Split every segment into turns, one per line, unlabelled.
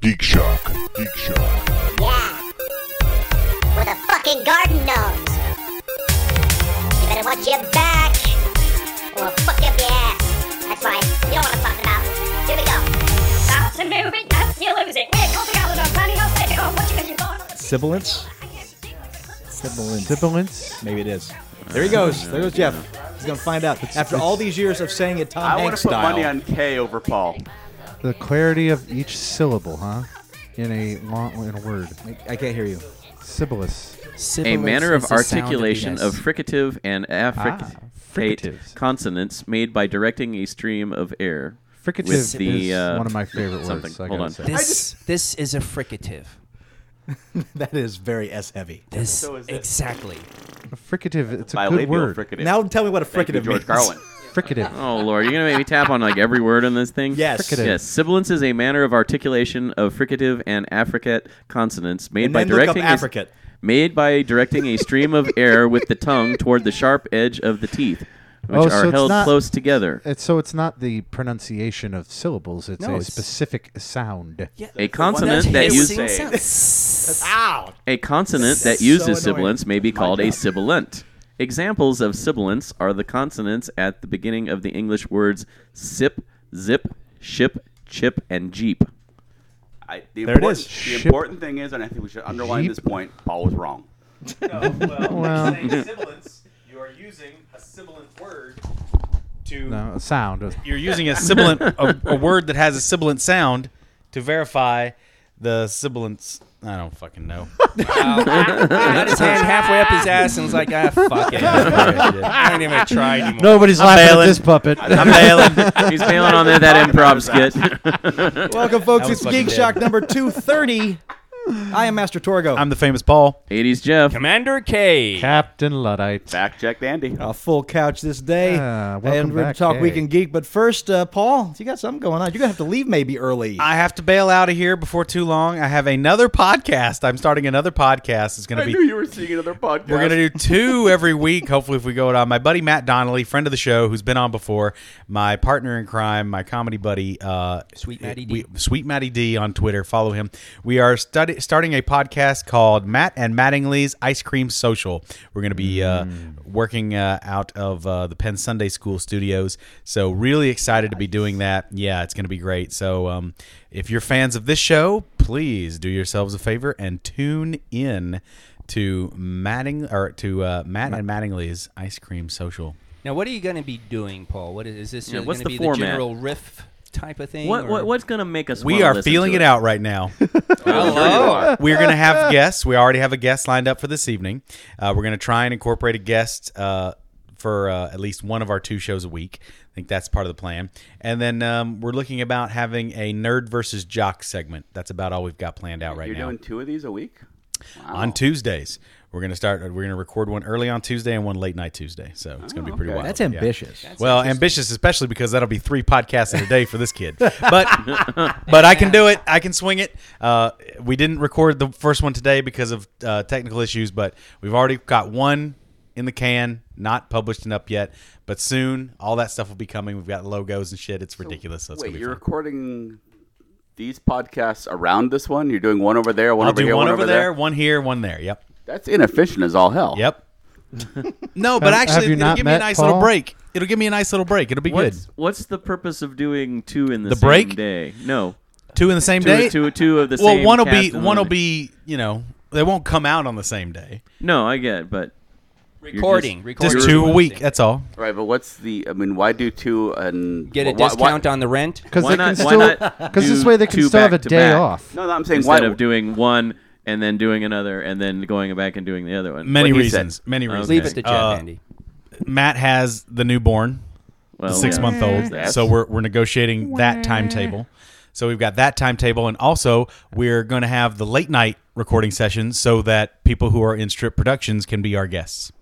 Geek Shock. Geek Shock.
Yeah. With a fucking garden gnome. You better watch your back. Or we'll fuck up your ass. That's right. You don't want to fuck them out. Here we go. Stop the movement. Yes, you're losing. Hey, call the goblin. I'm planning on taking on what you guys are going on.
Sibilance?
Sibilance.
Sibilance? Maybe it is. There he goes. There goes Jeff. He's going to find out. After all these years of saying it Tom
I want
Hanks
to put
style.
money on K over Paul.
The clarity of each syllable, huh? In a long in a word.
I can't hear you.
Sibilous.
A manner of articulation of
frickin
fricative and affricate
Ah, fricatives.
consonants made by directing a stream of air.
Fricative
with the,
is
uh,
one of my favorite
something.
words. so I
Hold
gotta say.
on.
this, this is a fricative.
That is very S heavy.
This
so is it.
exactly.
A fricative. It's a good
Bilabial
word.
fricative.
Now tell me what a
Thank you,
fricative means.
George Carlin.
fricative.
Oh Lord, you're gonna make me tap on like every word on this thing.
Yes.
Fricative.
Yes. Sibilance is a manner of articulation of fricative and affricate consonants made
And
by
then look up
directing a-
affricate.
made by directing a stream of air with the tongue toward the sharp edge of the teeth, which
Oh,
are
so it's
held
not-
close together.
It's, so it's not the pronunciation of syllables. It's
No,
a
it's-
specific sound.
Yeah.
A consonant that
It
you
was
uses
say-
Ow!
a consonant that
so
uses
annoying.
sibilance may be called a sibilant. Examples of sibilants are the consonants at the beginning of the English words sip, zip, ship, chip, and jeep.
I, the
There it
important-
is.
The
Ship.
important thing is, and I think we should underline
Jeep.
this point, Paul was wrong.
Well-
Saying sibilance, you are using a sibilant word to.
No, a sound.
You're using a sibilant, a, a word that has a sibilant sound to verify the sibilance. I don't fucking know.
Got his hand halfway up his ass and was like, ah, fuck it. I don't even try anymore.
Nobody's laughing
bailing.
at this puppet.
He's bailing on that, that improv skit.
Welcome, folks.
was
It's
fucking
Geek Shock number 230. I am Master Torgo.
I'm the famous Paul.
80s Jeff.
Commander K.
Captain Luddite.
Fact check, Andy.
Oh,
a full couch this day,
Ah, welcome
and we're gonna
back,
talk
Kay.
Weekend Geek. But first, uh, Paul, you got something going on. You're gonna have to leave maybe early.
I have to bail out of here before too long. I have another podcast. I'm starting another podcast. It's going to
I
be
knew you were seeing another podcast.
We're gonna do two every week. Hopefully, if we go it on. My buddy Matt Donnelly, friend of the show, who's been on before, my partner in crime, my comedy buddy, uh,
Sweet Matty D.
we- Sweet Matty D on Twitter. Follow him. We are study- starting a podcast called Matt and Mattingly's Ice Cream Social. We're gonna be uh,
Mm.
working uh, out of uh, the Penn Sunday School studios. So really excited to be doing that. Yeah, it's gonna be great. So um, if you're fans of this show, please do yourselves a favor and tune in to Matting or to uh, Matt and Mattingly's Ice Cream Social.
Now, what are you going to be doing, Paul? What is, is this
Yeah,
going
what's
to
the
be the
format?
general riff type of thing?
What,
or-
what, what's going to make us
We
wanna
are
listen
feeling
to
it out Oh, right now.
Hello.
we're going to have guests. We already have a guest lined up for this evening. Uh, we're going to try and incorporate a guest uh, for uh, at least one of our two shows a week. I think that's part of the plan. And then um, we're looking about having a nerd versus jock segment. That's about all we've got planned out right
You're
now.
doing two of these a week? Wow.
on Tuesdays, we're going to start. We're going to record one early on Tuesday and one late night Tuesday. So it's going to be pretty
Oh, okay.
wild.
That's
Yeah.
ambitious.
well, ambitious, especially because that'll be three podcasts in a day for this kid. But but I can do it. I can swing it. Uh, we didn't record the first one today because of uh, technical issues, but we've already got one in the can, not published and up yet. But soon, all that stuff will be coming. We've got logos and shit. It's ridiculous. So it's
Wait,
gonna be
you're
fun.
recording these podcasts around this one? You're doing one over there, Oh. one
I'll
over
do
here,
one over
over
there, one here, one there. Yep.
That's inefficient as all hell.
Yep. no,
Have-
but
have
actually,
you
it'll
not
give me a
met
nice
Paul?
little break. It'll give me a nice little break. It'll be
What's,
good.
what's the purpose of doing two in the,
The
same
break?
day? No.
Two in the same
Two,
day.
two, two of the
well,
same
one will
cast
be
in the
one will
day.
be you know they won't come out on the same day.
No, I get it, but. you're just-
recording, recording.
Just two a week. That's all.
Right, but what's the? I mean, why do two and
Get a
why- why-
discount on the rent.
Because
Why
they
not-
can
why
still.
not
Because this
do
way they can
two
still have a
back to
day
back?
off.
No, no, I'm saying
instead
why
of doing one and then doing another and then going back and doing the other one.
Many
he
reasons.
said.
Many
Okay.
reasons.
Leave it to Jeff,
Uh,
Andy.
Matt has the newborn,
Well,
the six
yeah.
month old.
That's-
So we're we're negotiating that timetable. So we've got that timetable, and also we're going to have the late night recording session so that people who are in strip productions can be our guests.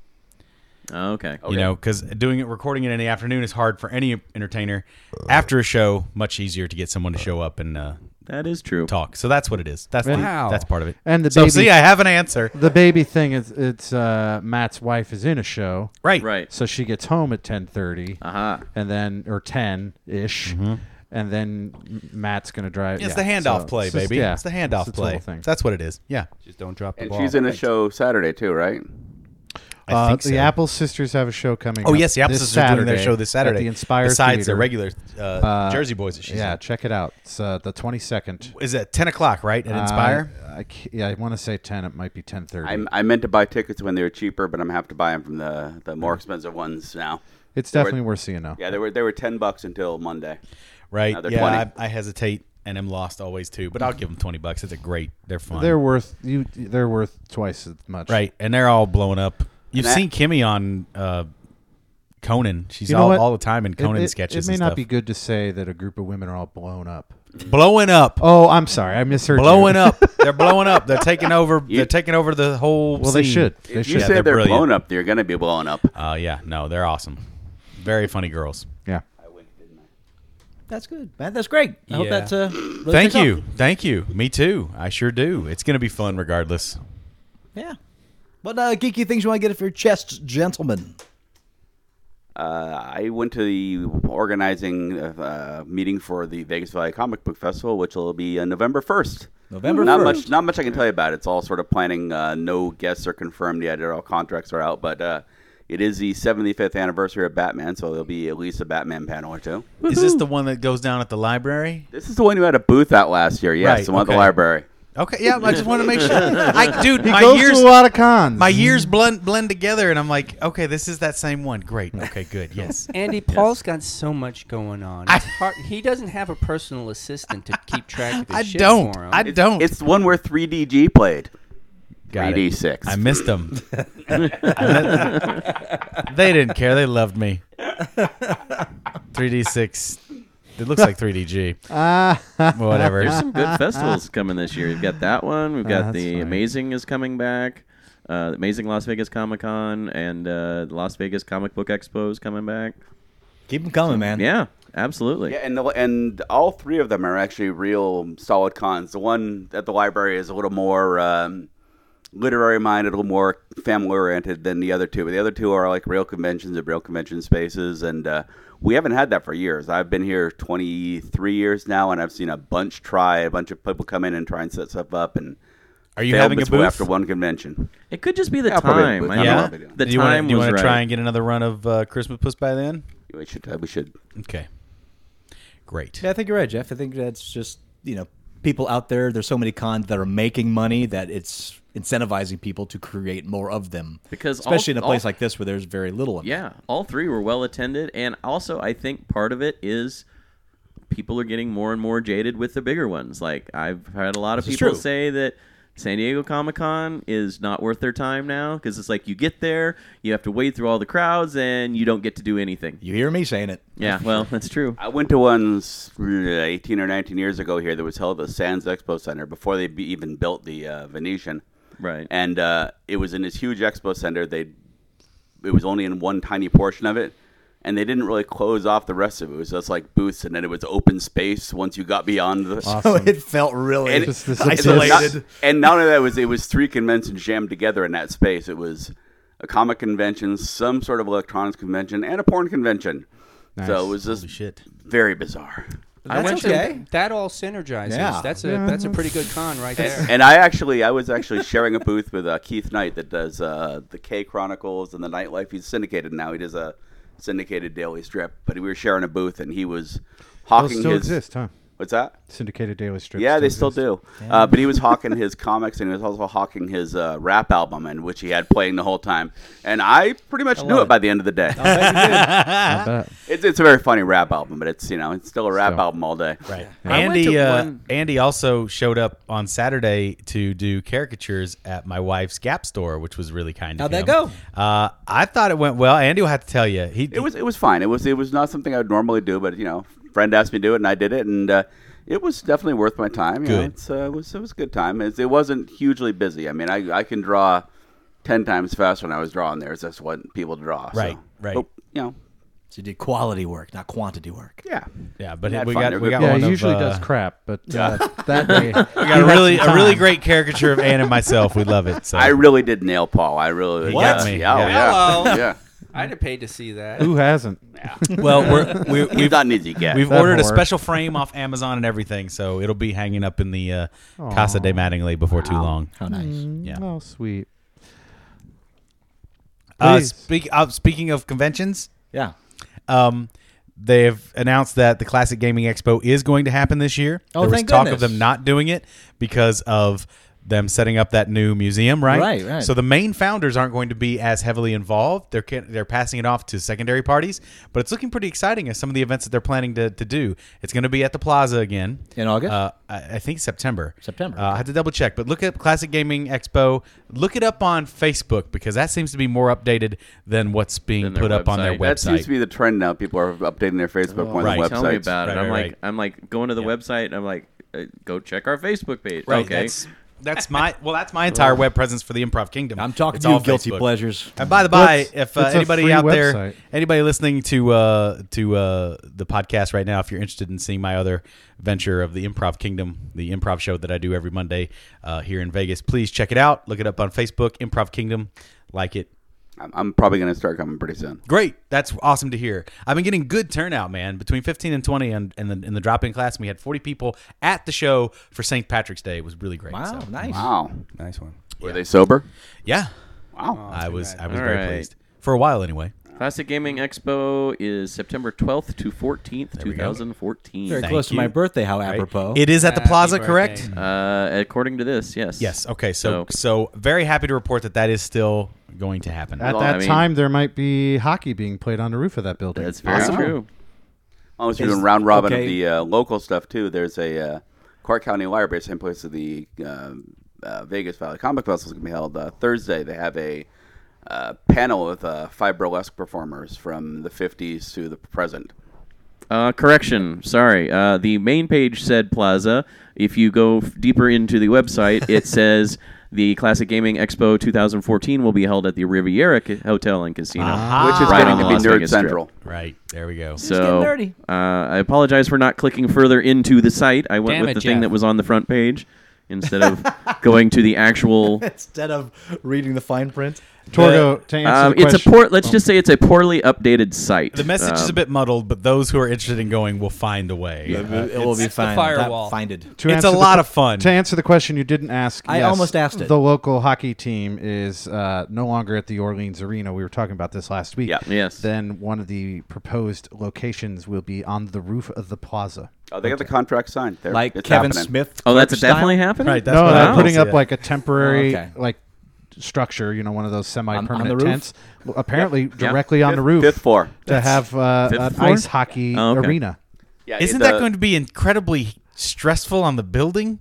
Oh, okay.
You know, because doing it, recording it in the afternoon is hard for any entertainer. After a show, much easier to get someone to show up and uh,
That is true.
talk. So that's what it is. That's the,
Wow.
that's part of it.
And the
so
baby-
see, I have an answer.
The baby thing is it's uh, Matt's wife is in a show,
Right.
Right.
Uh-huh.
so she gets home at ten thirty,
Aha.
Mm-hmm.
and then or ten ish, and then M- Matt's gonna drive.
It's
yeah,
the handoff
so
play,
it's just-
baby.
yeah,
it's the handoff
it's the
play.
total thing.
That's what it is. Yeah.
Just don't drop the
And
ball.
she's in a
Thanks.
show Saturday too, right?
I
Uh,
think so.
The Apple Sisters have a show coming.
Oh
up
yes, the
this
Apples are doing their
Saturday
show this Saturday.
At the Inspire
besides
Theater.
the regular uh, Jersey Boys that she's
Yeah,
in.
check it out. It's uh, the twenty second.
Is it ten o'clock right
Uh,
at Inspire?
I, ca- yeah, I want to say ten. It might be ten thirty.
I, I meant to buy tickets when they were cheaper, but I'm gonna have to buy them from the, the more expensive ones now.
It's
They were-
definitely worth seeing though.
Yeah, they were they were ten bucks until Monday.
right.
Another
yeah,
20.
I, I hesitate and am lost always too. But I'll give them twenty bucks. It's a great. They're fun.
They're worth you. They're worth twice as much.
right, and they're all blown up. You've
And that-
seen Kimmy on uh, Conan. She's
You know
all,
what?
all the time in
It-
Conan
it,
sketches.
It may
and
not
stuff.
be good to say that a group of women are all blown up.
blowing up.
Oh, I'm sorry, I misheard.
blowing
you.
up. They're blowing up. They're taking over. They're taking over the whole.
Well, they
scene.
should. They
If
should.
you
Yeah,
say
they're
they're,
brilliant.
blown up, they're gonna be blown up.
Uh, yeah, no, they're awesome. Very funny girls.
yeah.
That's good, man. That's great. I hope
Yeah.
that's uh, really
Thank
takes
you.
off.
Thank you. Me too. I sure do. It's going to be fun regardless.
Yeah. What uh, geeky things you want to get off your chest, gentlemen?
Uh, I went to the organizing uh, meeting for the Vegas Valley Comic Book Festival, which will be uh, November first.
November
Not
1st.
much. Not much I can tell you about. it. It's all sort of planning. Uh, no guests are confirmed yet. All contracts are out, but uh, it is the 75th anniversary of Batman, so there'll be at least a Batman panel or two.
Is this the one that goes down at the library?
This is the one who had a booth out last year. Yes,
Right,
the one at
okay.
the library.
Okay, yeah, I just want to make sure. I, dude,
He
my
goes
years
to a lot of cons.
my years blend blend together, and I'm like, okay, this is that same one. Great. Okay, good. Yes.
Andy, Paul's got so much going on. It's hard. He doesn't have a personal assistant to keep track of his
I
shit
don't.
for him.
I don't.
It's the one where 3DG played.
Got it.
3D6.
I missed them. they didn't care. They loved me. 3D6. It looks like 3DG.
Ah.
Whatever.
There's some good festivals coming this year. We've got that one. We've got
that's
the
fine.
Amazing is coming back. Uh, Amazing Las Vegas Comic Con and uh, the Las Vegas Comic Book Expo is coming back.
Keep them coming, man.
Yeah, absolutely.
Yeah, and the, and all three of them are actually real solid cons. The one at the library is a little more um, literary minded, a little more family oriented than the other two. But the other two are like real conventions and real convention spaces, and uh, we haven't had that for years. I've been here 23 years now, and I've seen a bunch try, a bunch of people come in and try and set stuff up, and
Are you
failed
having a
before-
booth?
after one convention.
It could just be the
Yeah, probably.
time. I
Yeah.
don't know.
Yeah.
The
do you
time
want to
was right.
try and get another run of uh, Christmas Puss by then?
We should uh, we should
Okay. Great.
Yeah, I think you're right, Jeff. I think that's just you know people out there. There's so many cons that are making money that it's incentivizing people to create more of them.
Because all-
especially in a place
all-
like this where there's very little. Of it.
Yeah, all three were well attended, and also I think part of it is people are getting more and more jaded with the bigger ones. Like I've had a lot of
This is
people
true.
say that San Diego Comic Con is not worth their time now because it's like you get there, you have to wade through all the crowds, and you don't get to do anything.
You hear me saying it.
Yeah, well, that's true.
I went to one s- 18 or 19 years ago here that was held at the Sands Expo Center before they be, even built the uh, Venetian.
Right.
And uh, it was in this huge expo center. They it was only in one tiny portion of it, and they didn't really close off the rest of it. It was just like booths, and then it was open space once you got beyond the.
So it felt really
And,
Just this
and so not-
isolated.
and not only that, it was it was three conventions jammed together in that space. It was a comic convention, some sort of electronics convention, and a porn convention. So it was just
shit.
very bizarre.
I went to-
okay.
that all synergizes.
Yeah.
That's a that's a pretty good con right there.
and I actually, I was actually sharing a booth with uh, Keith Knight that does uh, the K Chronicles and the Nightlife. He's syndicated now. He does a syndicated daily strip, but we were sharing a booth, and he was
Mm-hmm.
Those
hawking
still
his.
exist, huh?
What's that?
Syndicated daily strips.
Yeah, they still
exist.
do. Uh, but he was hawking his comics, and he was also hawking his uh, rap album, and which he had playing the whole time. And I pretty much knew it. by the end of the day.
I bet.
it's, it's a very funny rap album, but it's you know it's still a rap
So-
album all day.
Right.
I went
Andy
to
uh,
one-
Andy also showed up on Saturday to do caricatures at my wife's Gap store, which was really kind
How'd
of
that
him. Uh, I thought it went well. Andy will have to tell you. He
It was it was fine. It was it was not something I would normally do, but you know, friend asked me to do it, and I did it, and uh, it was definitely worth my time. You know,
Good.
it's, uh, it was it was a good time. It's, it wasn't hugely busy. I mean, I I can draw ten times faster than I was drawing there. So that's what people draw. so.
Right, right.
But, you know,
So you did quality work, not quantity work.
yeah.
yeah, but
had
we
fun.
got
They're
we
good.
got
Yeah,
one
he
of,
usually
uh,
does crap, but uh, that day
We got a really a really great caricature of Anne and myself. We love it. So
I really did nail Paul. I really
He got
yeah,
me.
Yeah,
Yeah.
yeah. yeah.
I'd have paid to see that.
Who hasn't?
Well, we're, we,
We've
we've
done easy gap.
We've
That
ordered a
whore.
special frame off Amazon and everything, so it'll be hanging up in the uh, Casa de Mattingly before too long.
How nice.
Yeah.
Oh, sweet.
Uh,
Please.
speak, uh, speaking of conventions,
Yeah.
um, they've announced that the Classic Gaming Expo is going to happen this year.
Oh,
there was
thank
talk of
goodness.
them not doing it because of them setting up that new museum, right?
Right, right.
So the main founders aren't going to be as heavily involved. They're ca- they're passing it off to secondary parties, but it's looking pretty exciting as some of the events that they're planning to, to do. It's going to be at the Plaza again
In August?
Uh, I, I think September.
September,
Uh, I had to double check, but look up Classic Gaming Expo. Look it up on Facebook because that seems to be more updated than what's being
Than their
put up on their website.
website.
that seems to be the trend now. People are updating their Facebook on
right.
their
Oh, Tell me
websites.
about
Right,
it. I'm
right,
like,
right.
I'm like going to the website. I'm like, uh, go check our Facebook page.
Right.
okay.
That's, that's my well. That's my entire web presence for the Improv Kingdom.
I'm talking
It's
to you,
all
guilty
Facebook.
pleasures.
And by the by,
It's-
if uh,
it's a
anybody
free
out there,
website.
anybody listening to uh, to uh, the podcast right now, if you're interested in seeing my other venture of the Improv Kingdom, the improv show that I do every Monday uh, here in Vegas, please check it out. Look it up on Facebook, Improv Kingdom. Like it.
I'm, I'm probably going to start coming pretty soon.
Great. That's awesome to hear. I've been getting good turnout, man. Between 15 and 20 and in the, in the drop in class, we had 40 people at the show for St. Patrick's Day. It was really great.
Wow,
So,
nice.
Wow.
Nice one.
Were they sober?
Yeah.
Wow.
I was I was
All
very
right.
pleased. For a while anyway.
Classic Gaming Expo is September 12th to 14th,
we go.
2014.
Very
Thank
close to my
you.
birthday. How apropos.
It is at the
Happy
plaza,
birthday.
correct?
Uh, according to this, yes.
Yes. Okay. So,
So-
so very happy to report that that is still going to happen.
At
Well,
that
I mean-
time, there might be hockey being played on the roof of that building.
That's very
Awesome.
true.
Unless you're
Is-
doing Oh, round robin
okay.
of the uh, local stuff too. There's a uh, Clark County Library, same place as the um uh, Vegas Valley Comic Festival is going to be held uh, Thursday. They have a uh, panel with uh, five burlesque performers from the 50s to the present.
Uh, correction. Sorry. Uh, the main page said Plaza. If you go f- deeper into the website, it says the Classic Gaming Expo 2014 will be held at the Riviera Ca- Hotel and Casino.
Which is
Right
going
on
to
the
be
Las
Nerd
Vegas Strip.
Central.
right. There we go.
So
getting nerdy.
uh, I apologize for not clicking further into the site. I went
Damn
with
it,
the thing
Jeff.
that was on the front page instead of going to the actual.
Instead of reading the fine print.
Torgo, to answer
Um,
the
it's
question,
a poor. Let's just say it's a poorly updated site.
The message is a bit muddled, but those who are interested in going will find a way.
It, will- it will be
That's the
fine.
firewall.
Find it.
to
it's
answer
a
the
lot
que-
of fun.
To answer the question you didn't ask,
I
yes,
almost asked it.
The local hockey team is uh, no longer at the Orleans Arena. We were talking about this last week.
Yeah.
Yes.
Then one of the proposed locations will be on the roof of the plaza.
Oh, they got the contract signed. They're,
Like
it's
Kevin
happening.
Smith.
Oh, that's
Clark
definitely
style.
happening.
Right, that's
no,
what
they're
I
putting
see
up
it.
like a temporary
Oh, okay.
like structure. You know, one of those
On- on
semi-permanent
the roof?
tents. Well, Apparently, directly on the roof
Fifth floor.
to have uh,
Fifth
an
floor?
ice hockey
Oh, okay.
arena.
Yeah,
Isn't
the-
that going to be incredibly stressful on the building?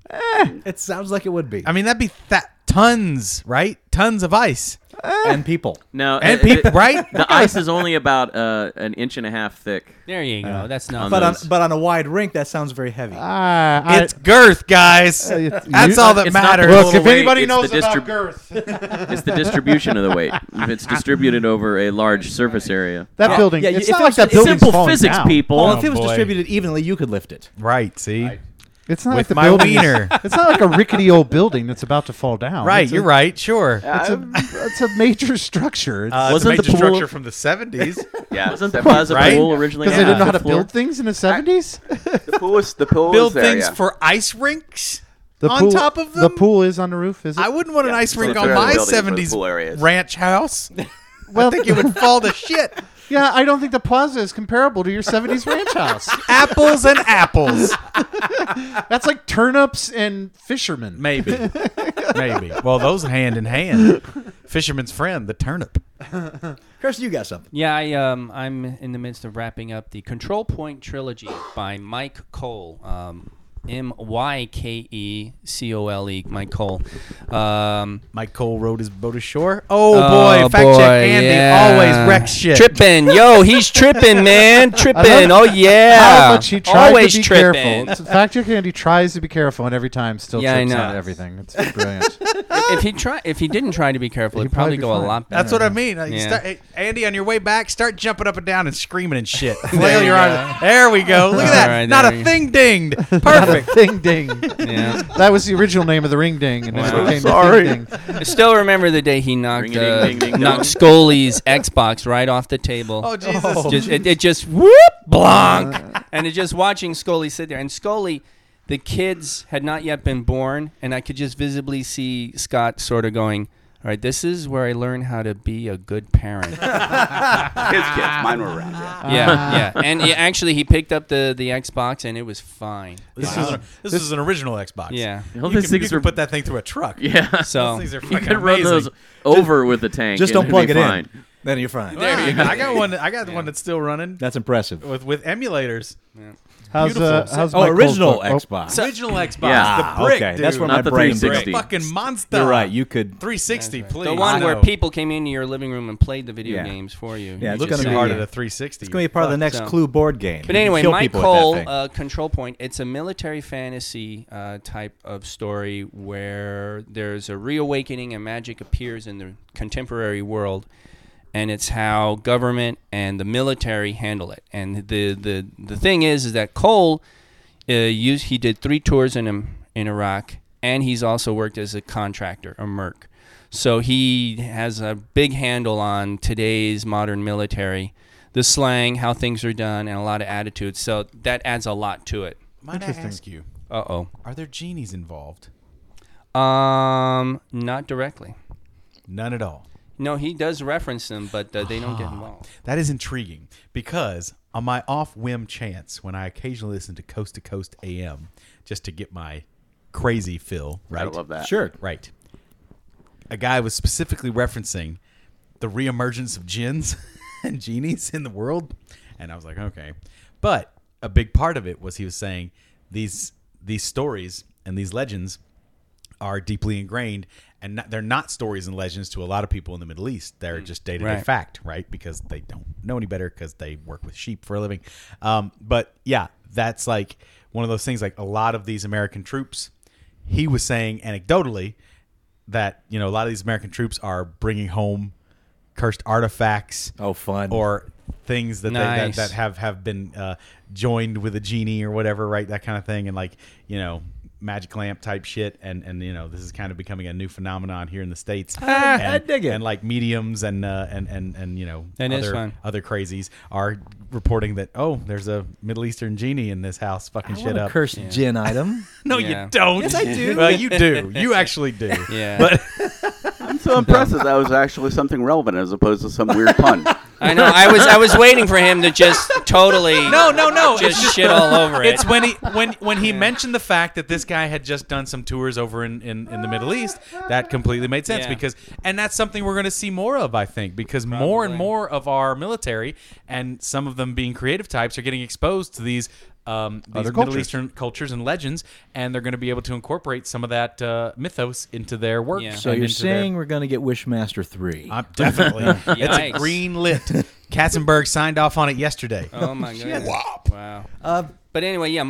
It sounds like it would be.
I mean, that'd be that tons, right? Tons of ice
and people.
No.
and
uh, the-
people, right?
The ice is only about uh, an inch and a half thick.
There you go. That's not.
But on,
Those-
but on a wide rink, that sounds very heavy.
Ah, I-
It's girth, guys.
Uh, it's-
That's
you-
all that
it's not
matters.
the total
Look, if
weight,
anybody
it's
knows
the
about
distrib-
girth,
It's the distribution of the weight. If it's distributed over a large surface area.
that
Yeah,
building.
yeah,
it's
if
not
it
like
was-
that
it's
building's
simple
falling
physics,
down.
people.
well, if it was
boy.
distributed evenly, you could lift it.
right. See.
It's not like
With
the
my
building. is-
wiener.
It's not like a rickety old building that's about to fall down.
Right.
It's
You're
a,
right. Sure.
It's a, it's a major structure. It's-
Uh, it's a
Wasn't the
major
pool-
structure from the seventies.
Yeah,
Wasn't the
the,
plaza
Right?
pool originally?
because they
on
didn't know
the
how to
fifth floor?
build things in the 70s?
the pool is the pool
build
is there,
things
yeah.
for ice rinks
The
on
pool,
top of them.
The pool is on the roof, is it?
I wouldn't want an
Yeah,
ice
so
rink
it's
on
really
my
building for pool
'70s
areas.
ranch house.
well,
I think it would fall to shit.
yeah, I don't think the plaza is comparable to your 70s ranch house.
Apples and apples,
That's like turnips and fishermen.
maybe, maybe. Well, those hand in hand. Fisherman's friend, the turnip.
Chris, you got something.
Yeah, I, um, I'm in the midst of wrapping up the Control Point trilogy by Mike Cole. Um, M Y K E C O L E, Mike Cole. Um,
Mike Cole rode his boat ashore. Oh, boy, fact check Andy always wrecks shit.
Tripping, yo, he's tripping, man, tripping.
love
Oh yeah,
How much he tried
always
to be
tripping.
careful. It's- In fact, Jack Andy tries to be careful, and every time still
Yeah, I
trips
know.
out everything. It's brilliant.
if he try, if he didn't try to be careful,
He'd
it'd
probably
probably,
be
go
fine.
a lot better.
That's what I mean. Like, you
Yeah.
start- hey, Andy, on your way back, start jumping up and down and screaming and shit. Flail your arms. There we go. Look at
All
that.
right,
Not
there
a
we go.
thing dinged. Perfect.
perfect.
Thing Ding.
Yeah.
That was the original name of the Ring Ding, and then
Wow.
it became
Sorry.
the Thing Ding.
I still remember the day he knocked uh,
Ring-a-ding, ding-ding,
knocked Scully's Xbox right off the table.
Oh, Jesus. Uh. Oh,
Just- it, it just whoop blonk, and it just watching Scully sit there. And Scully, the kids had not yet been born, and I could just visibly see Scott sort of going. All right, this is where I learned how to be a good parent.
Ah.
His kids, mine were around. Yeah.
yeah, yeah, and he, actually, he picked up the, the Xbox and it was fine.
This, is, this is an original Xbox.
Yeah.
All
You
these
can, you
things
can
are-
put that thing through a truck.
Yeah.
So
These things are
You
fucking
could run
amazing.
those over with the tank.
Just
and
don't
it'd
plug
be
it in.
fine.
Then you're fine.
There you go. I got one. I got one that's still running
That's impressive.
with with emulators.
How's uh,
Beautiful.
how's
Oh,
Mike
original
Goldberg? Oh,
Xbox.
Original Xbox.
Yeah.
The brick.
okay,
dude.
that's where
Not
my
the
brain.
360.
Breaks.
Brick. Fucking monster.
You're right. You could.
360, please.
the one
I
where
know.
people came into your living room and played the video
Yeah.
games for you.
Yeah,
You
it's
just
Look too
sat
be
hard
there.
at a 360.
It's gonna be part of the next
so-
Clue board game.
But anyway,
Kill
Mike
people with that
Cole,
thing.
uh, Control Point, it's a military fantasy uh, type of story where there's a reawakening and magic appears in the contemporary world, and it's how government and the military handle it. And the the, the thing is, is that Cole uh, used he did three tours in um, in Iraq, and he's also worked as a contractor, a merc. So he has a big handle on today's modern military, the slang, how things are done, and a lot of attitudes. So that adds a lot to it.
Might I ask you,
Uh
are there genies involved?
oh. Um, not directly.
None at all.
No, he does reference them, but uh, they don't get involved.
That is intriguing because on my off whim chance, when I occasionally listen to Coast to Coast AM just to get my crazy feel, right?
I love that.
sure.
Right. A guy was specifically referencing the reemergence of gins and genies in the world, and I was like, okay. But a big part of it was he was saying these these stories and these legends are deeply ingrained, and not, they're not stories and legends to a lot of people in the Middle East. They're just day to day
Right.
fact, right? Because they don't know any better because they work with sheep for a living. Um, but yeah, that's like one of those things. Like a lot of these American troops, he was saying anecdotally that you know a lot of these American troops are bringing home cursed artifacts.
Oh, fun.
Or things that
Nice.
they, that, that have have been uh, joined with a genie or whatever, right? That kind of thing, and like you know. Magic lamp type shit, and and you know this is kind of becoming a new phenomenon here in the states. and,
I dig it.
And like mediums and uh, and and and you know
That is
other
fun.
other crazies are reporting that oh there's a Middle Eastern genie in this house fucking
I
shit
want a
up.
cursed gin item.
No,
Yeah.
you don't. Yes, I do. well, you do. You actually do.
Yeah,
But
I'm so impressed that that was actually something relevant as opposed to some weird pun.
I know. I was I was waiting for him to just totally
No, no, no.
just, shit all over it.
It's when he when when he mentioned the fact that this guy had just done some tours over in, in, in the Middle East, that completely made sense
Yeah.
because and that's something we're going to see more of, I think, because more and
Probably.
more of our military and some of them being creative types are getting exposed to these um, these Middle
cultures.
Eastern cultures and legends, and they're going to be able to incorporate some of that uh, mythos into their work.
Yeah.
So
and
you're
into their-
saying we're gonna get Wishmaster three?
I'm definitely. it's a
Yikes.
green lit. Katzenberg signed off on it yesterday.
Oh my god! Wow. but anyway, yeah,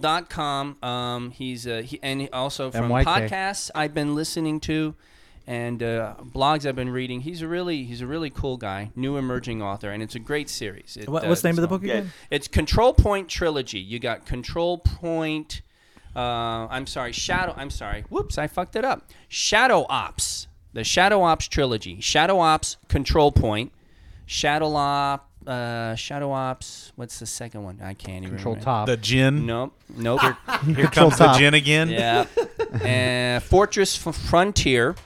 MikeCole.com. Um, he's uh, he, and also from
MYK.
podcasts I've been listening to, and uh, blogs I've been reading. He's a really he's a really cool guy, new emerging author, and it's a great series. It,
What,
uh,
what's the name of the
so-
book again?
It's Control Point Trilogy. You got Control Point. Uh, I'm sorry, Shadow. I'm sorry. Whoops, I fucked it up. Shadow Ops. The Shadow Ops trilogy. Shadow Ops, Control Point. Shadow Op. Uh, Shadow Ops. What's the second one? I can't even.
Control
remember.
top.
The gin.
Nope. Nope.
Here comes the
top.
gin again.
yeah. And Fortress F- Frontier.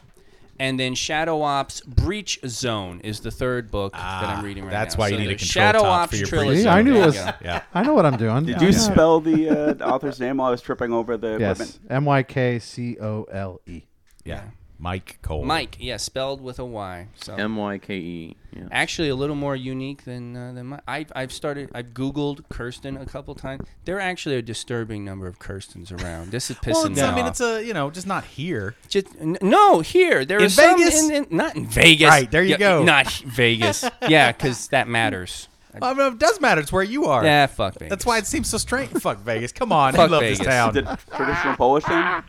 And then Shadow Ops Breach Zone is the third book that I'm reading right
Ah, that's
now.
why you
So
need a
there's
Control
Shadow
Top
Ops
for your Breach
trilogy.
See, I knew
There
it was.
you go.
Yeah.
I know what I'm doing.
Do you spell the, uh, the author's name while I was tripping over the
Yes.
equipment?
M Y K C O L E.
Yeah. Mike Cole.
Mike, yeah, spelled with a Y. So
M Y K E. Yeah.
actually, a little more unique than uh, than my. I've, I've started. I've Googled Kirsten a couple times. There are actually a disturbing number of Kirstens around. This is pissing
Well,
me
it's,
off.
I mean, it's a you know, just not here.
Just, n- no, here there
In
are some
Vegas?
in- in- not in Vegas.
Right, there you
Yeah,
go.
Not Vegas. yeah, because that matters.
I mean, it does matter. It's where you are.
Yeah, fuck Vegas.
That's why it seems so strange. Fuck Vegas. Come on, I
Fuck
love this
Vegas.
town.
The traditional Polish name?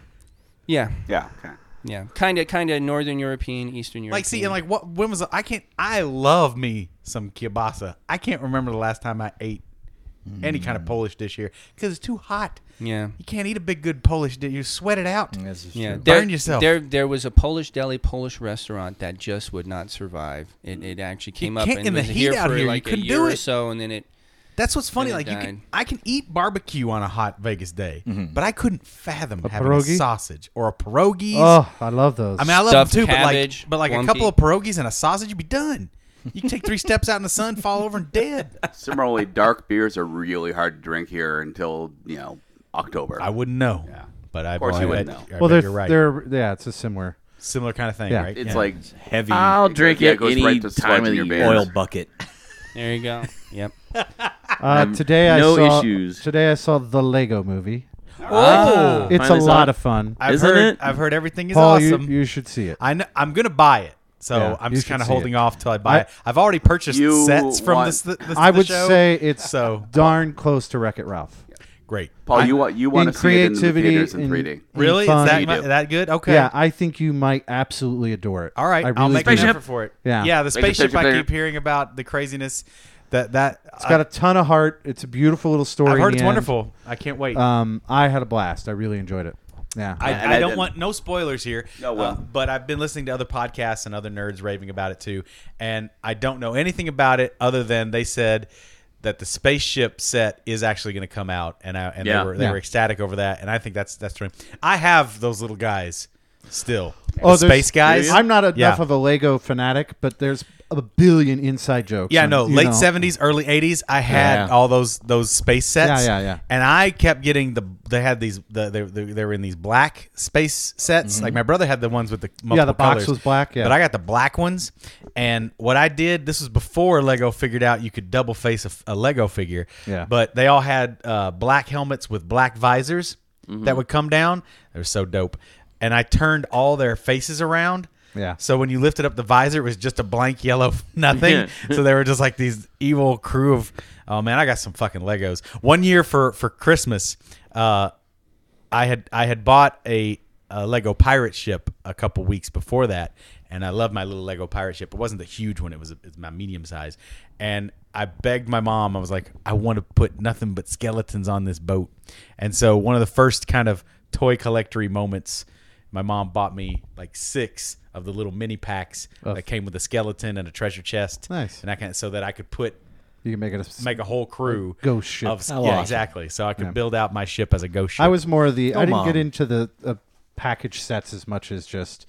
Yeah,
Yeah. Okay.
yeah, kind of, kind of Northern European, Eastern European.
Like, see, and like, what? When was the, I can't? I love me some kielbasa. I can't remember the last time I ate any kind of Polish dish here because it's too hot.
Yeah.
you can't eat a big good Polish dish. You sweat it out.
That's just
Yeah,
true.
Burn yourself.
There, there was a Polish deli, Polish restaurant that just would not survive. It, it actually came up
can't
and
in the
was
heat
here
out
for
here. You
like a
couldn't
year
do
or
it.
so, and then it.
That's what's funny.
And
Like
it
you
died.
can, I can eat barbecue on a hot Vegas day, but I couldn't fathom having a
pierogi?
sausage or a pierogies.
Oh, I love those.
I mean, I love
Stuffed
them too,
cabbage,
but like, but like a
lumpy.
couple of pierogies and a sausage, you'd be done. You can take three steps out in the sun, fall over, and dead.
Similarly, dark beers are really hard to drink here until you know October.
I wouldn't know.
Yeah.
but I, of
course
I,
you wouldn't
I-
know.
I
well,
bet
they're,
you're right.
they're yeah, it's a similar.
Similar kind of thing,
Yeah.
right?
it's
Yeah.
like
heavy
I'll
goes-
drink
yeah,
it
goes
any
right to sludge
time
in
of
your
the
veins.
year.
oil bucket.
There you go. Yep.
Uh, today I
no
saw
issues.
today I saw the Lego Movie. Ah.
Oh,
It's a lot of fun.
I've
Isn't
heard,
it?
I've heard everything is
Paul,
awesome.
you, you should see it.
I know, I'm gonna buy it, so
Yeah,
I'm
you
just
should
kind of
see
holding
it.
off till I buy it. I've already purchased
You
sets from
want-
this. The, the,
I would
show.
say it's
So-
darn close to Wreck It Ralph.
great.
Paul, you want you want to see it in the theaters in
and-
3D.
and
Really, is
fun.
that
do.
mu- that good? Okay.
Yeah, I think you might absolutely adore it.
All right,
I
I'll
really
make
do.
an effort for it.
Yeah.
yeah. The
Spaceship
spaceship I
Entertainer.
keep hearing about the craziness that that
It's got a ton of heart. It's a beautiful little story.
I've
in
heard
the
it's
end.
wonderful. I can't wait.
Um, I had a blast. I really enjoyed it. Yeah.
I,
And
I,
I
don't
didn't-
want no spoilers here. uh,
No, well.
but I've been listening to other podcasts and other nerds raving about it too, and I don't know anything about it other than they said that the spaceship set is actually going to come out, and I, and
Yeah.
they were they
Yeah.
were ecstatic over that, and I think that's that's true. I have those little guys still.
Oh,
the
there's-
space guys.
I'm not enough
Yeah.
of a Lego fanatic, but there's a billion inside jokes.
Yeah,
and,
no,
you
late
know,
seventies, early eighties. I had
Yeah.
all those those space sets.
Yeah, yeah, yeah.
And I kept getting the they had these the, they, they, they were in these black space sets. Like my brother had the ones with the multiple
Mm-hmm. Yeah, the box
colors.
was black, yeah.
but I got the black ones. And what I did, this was before Lego figured out you could double face a, f- a Lego figure.
Yeah.
but they all had uh, black helmets with black visors that would come down. They were so dope. And I turned all their faces around.
Yeah.
So when you lifted up the visor, it was just a blank yellow nothing.
Yeah.
so they were just like these evil crew of. Oh man, I got some fucking Legos. One year for for Christmas, uh, I had I had bought a, a Lego pirate ship a couple weeks before that, and I love my little Lego pirate ship. It wasn't the huge one; it was, it was my medium size. And I begged my mom. I was like, I want to put nothing but skeletons on this boat. And so one of the first kind of toy collectory moments, my mom bought me like six of the little mini packs that came with a skeleton and a treasure chest.
Nice.
And I can so that I could put
You can make it a s-
make a whole crew
ghost ship.
of
How
yeah
awesome.
exactly. So I could build out my ship as a ghost ship.
I was more the. I didn't
mom.
get into the uh, package sets as much as just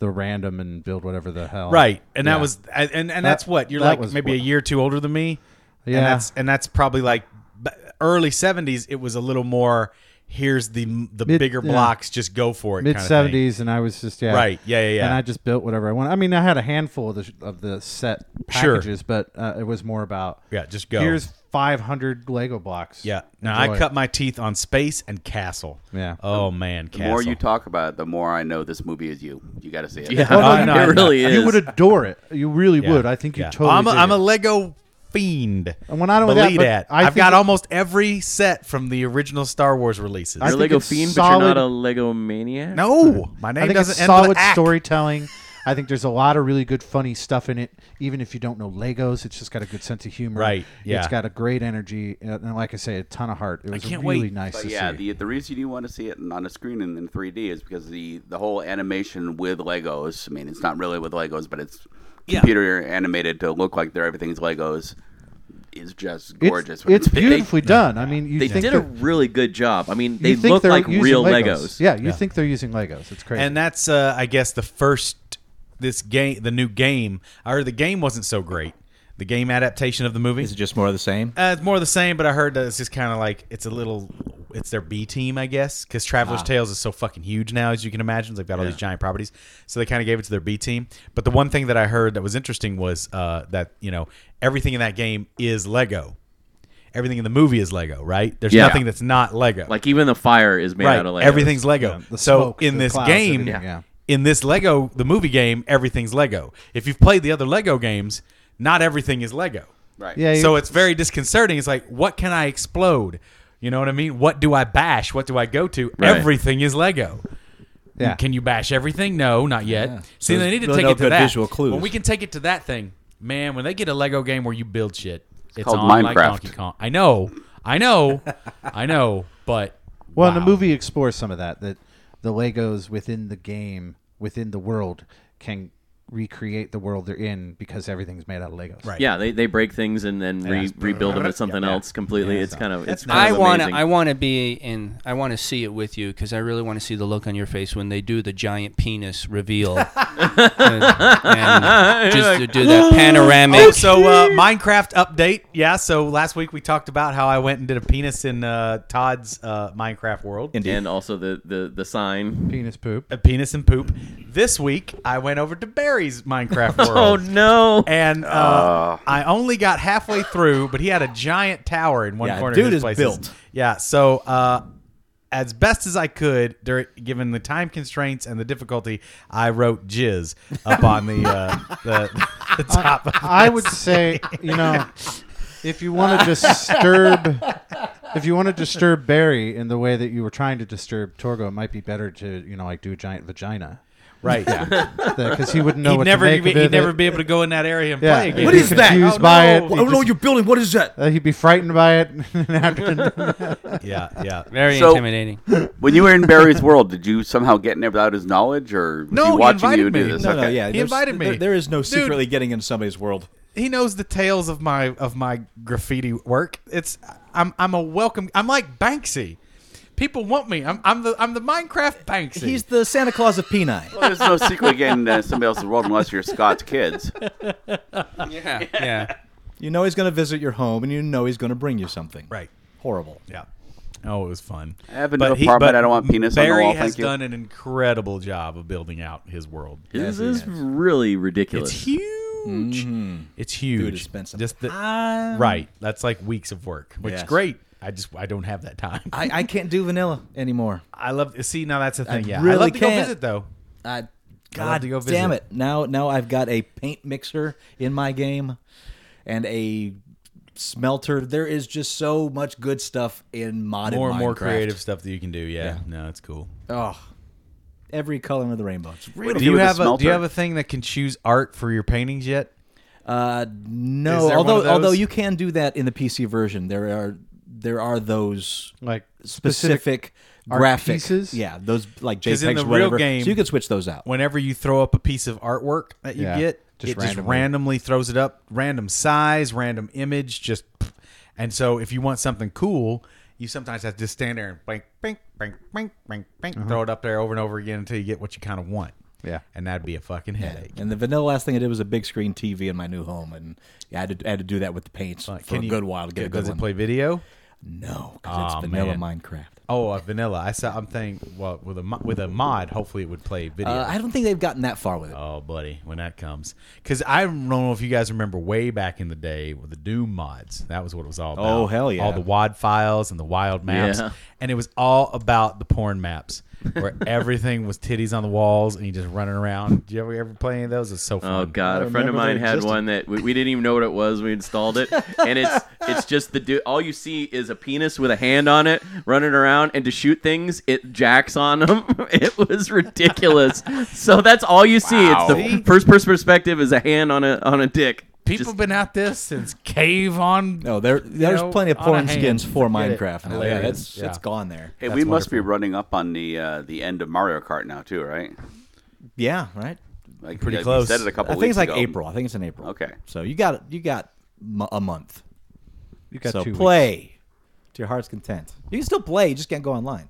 the random and build whatever the hell.
Right, and that
Oh. Yeah.
was, and and that's what you're
that
like,
was
maybe a
what-
year or two older than me.
Yeah.
and that's and that's probably like b- early '70s. It was a little more. Here's the the
Mid-
bigger
yeah.
blocks. Just go for it.
mid
'70s.
seventies, and I was just yeah,
Right. Yeah, yeah, yeah.
And I just built whatever I wanted. I mean, I had a handful of the of the set
Sure.
packages, but uh, it was more about
Yeah, just go.
Here's five hundred Lego blocks.
Yeah. Now I
Enjoy.
cut my teeth on space and castle.
Yeah.
Oh man,
The
castle.
more you talk about it, the more I know this movie is you. You got to see it.
Yeah,
Oh, no,
I
you-
know, I
it
know.
really is.
You would adore it. You really
Yeah.
would. I think you
Yeah.
totally.
I'm a,
dig
I'm a
it.
Lego fiend.
And when I don't
believe
that,
that,
but I
I've
think
got
it-
almost every set from the original Star Wars releases.
I
You're a
think
Lego
it's
fiend, but you're
solid-
not a Lego maniac.
no, my name
I think
doesn't
it's
end
solid
with ack.
storytelling. I think there's a lot of really good, funny stuff in it. Even if you don't know Legos, it's just got a good sense of humor.
Right, yeah.
It's got a great energy, uh, and like I say, a ton of heart. It was
can't
really
wait.
nice
But
to
yeah,
see.
the the reason you want to see it on a screen in, in 3D is because the the whole animation with Legos. I mean, it's not really with Legos, but it's computer animated to look like they're everything's Legos. Is just
It's-
gorgeous. when
It's,
they-
beautifully done. I mean, you
They
think
did a
they're-
really good job. I mean, they
you think
look
they're
like
using
real
Legos.
Legos.
Yeah, you think they're using Legos. It's crazy.
And that's uh, I guess the first this game the new game I heard the game wasn't so great. The game adaptation of the movie.
Is it just more of the same?
Uh, it's more of the same, but I heard that it's just kind of like it's a little, it's their B team, I guess, because Traveler's
Ah.
Tales is so fucking huge now, as you can imagine. They've got all these giant properties, so they kind of gave it to their B team. But the one thing that I heard that was interesting was uh, that you know everything in that game is Lego. Everything in the movie is Lego, right? There's
Yeah.
nothing that's not Lego.
Like even the fire is made
right,
out of Legos.
everything's Lego.
the
so
smoke,
in
the
this
clouds,
game,
everything, yeah.
in this Lego, the movie game, everything's Lego. If you've played the other Lego games, not everything is Lego.
Right.
yeah,
So
you-
it's very disconcerting. It's like, what can I explode? You know what I mean? What do I bash? What do I go to?
Right.
Everything is Lego.
yeah.
Can you bash everything? No, not yet.
So
See, they
there's
need to
really
take
no
it to
good
that.
visual clues.
When we can take it to that thing, man, when they get a Lego game where you build shit, It's
called
on Like
Minecraft.
Donkey Kong. I know, I know, I know. But
Well, and
wow.
the movie explores some of that that the Legos within the game, within the world, can recreate the world they're in because everything's made out of Legos.
Right.
Yeah, they, they break things and then re- rebuild them as something else completely. it's kind of it's kind
I
of
want to
amazing.
I want to be in I want to see it with you because I really want to see the look on your face when they do the giant penis reveal and, and just to do that panoramic.
Oh, so uh, Minecraft update. Yeah. So last week we talked about how I went and did a penis in uh, Todd's uh, Minecraft world.
Indeed.
and also the the the sign.
Penis poop.
a penis and poop. This week I went over to Barry's Minecraft world.
Oh no!
And uh,
Ah.
I only got halfway through, but he had a giant tower in one
Yeah,
corner.
dude
of his
is
place.
built.
Yeah, so uh, as best as I could, during, given the time constraints and the difficulty, I wrote jizz up on the uh, the, the top. Of
I would say, you know, if you want to disturb, if you want to disturb Barry in the way that you were trying to disturb Torgo, it might be better to, you know, like do a giant vagina
right, yeah.
because he wouldn't know
He'd
what
never
to make
be,
of it.
he'd never be able to go in that area and
Yeah.
play again.
What is that?
Oh,
Confused by it.
no.
He just-
you're building. What is that?
Uh, he'd be frightened by it. and after-
Yeah, yeah.
Very
So-
intimidating.
When you were in Barry's world, did you somehow get in there without his knowledge, or was
No,
he
he
watching you
invited
do
me.
this?
No,
okay.
No, no, yeah.
He
there's-
invited me.
there- there is no
Dude.
secretly getting into somebody's world.
he knows the tales of my of my graffiti work. It's I'm I'm a welcome. I'm like Banksy. People want me. I'm I'm the I'm the Minecraft Banksy.
He's the Santa Claus of Peni.
Well, there's no secret getting uh, somebody else's world unless you're Scott's kids.
Yeah, yeah.
You know he's going to visit your home, and you know he's going to bring you something.
right.
Horrible.
Yeah. Oh, it was fun. I
have a new apartment. I don't want penis on the
Barry
wall,
has
thank you.
done an incredible job of building out his world.
This is really ridiculous.
It's huge.
Mm-hmm.
It's huge.
Dude, it's been some
just the, right. That's like weeks of work, which is
Yes.
great. I just I don't have that time. I,
I, I can't do vanilla anymore.
love see now that's the thing. yeah, I
really
love to go
can't.
visit though.
I,
love
God
to go
damn
visit.
it! Now, now I've got a paint mixer in my game, and a smelter. There is just so much good stuff in modded
More and more
Minecraft.
creative stuff that you can do. Yeah, no, it's cool.
Oh, every color of the rainbow. It's really
do
do you
with the
have a do
smelter?
you have a thing that can choose art for your paintings yet?
Uh,
Is
no.
there one of
Although, although
those?
you can do that in the PC version. There are there are those
like
specific,
art
graphics.
pieces?
Yeah, those like
in
JPEGs,
the real
whatever.
game-
so you could switch those out.
Whenever you throw up a piece of artwork that you
Yeah,
get,
just
it just
randomly.
randomly throws it up, random size, random image, just. pff. And so, if you want something cool, you sometimes have to just stand there and bink, bink, bink, bink, bink, bink, throw it up there over and over again until you get what you kind of want.
Yeah.
and that'd be a fucking headache.
And the vanilla last thing I did was a big screen TV in my new home, and I had to, I had to do that with the paints
Like,
for a
you-
good while to get a good
Does
one.
it play video?
No, 'cause
Aw,
it's vanilla
man.
Minecraft.
Oh, uh, vanilla. I saw. I'm saying, well, with a mo- with a mod, hopefully it would play video.
Uh, I don't think they've gotten that far with it.
Oh, buddy, when that comes, because I don't know if you guys remember way back in the day with the Doom mods. That was what it was all about.
Oh, hell yeah.
All the WAD files and the wild maps,
Yeah.
and it was all about the porn maps, where everything was titties on the walls and you just running around. Did you ever ever play any of those? It's so fun.
Oh god, a friend of
remember
mine
they
had
existed.
one that we, we didn't even know what it was. We installed it, and it's it's just the dude. All you see is a penis with a hand on it running around, and to shoot things, it jacks on them. it was ridiculous. so that's all you see. It's the
See?
first person perspective is a hand on a on a dick.
People
Just-
been at this since cave on.
No, there there's
know,
plenty of
on a
porn
hand.
skins for
Forget it.
Minecraft. now. Yeah,
Hilarious.
it's
Yeah.
it's gone there.
Hey, we must be running up on the uh, the end of Mario Kart now too, right?
Yeah, right.
Like
Pretty
yeah, you
close.
Said it a couple
I think
weeks
it's like
ago.
April. I think it's in April.
Okay.
So you got you got m- a month.
you got
so
two
play to your heart's content. You can still play, you just can't go online.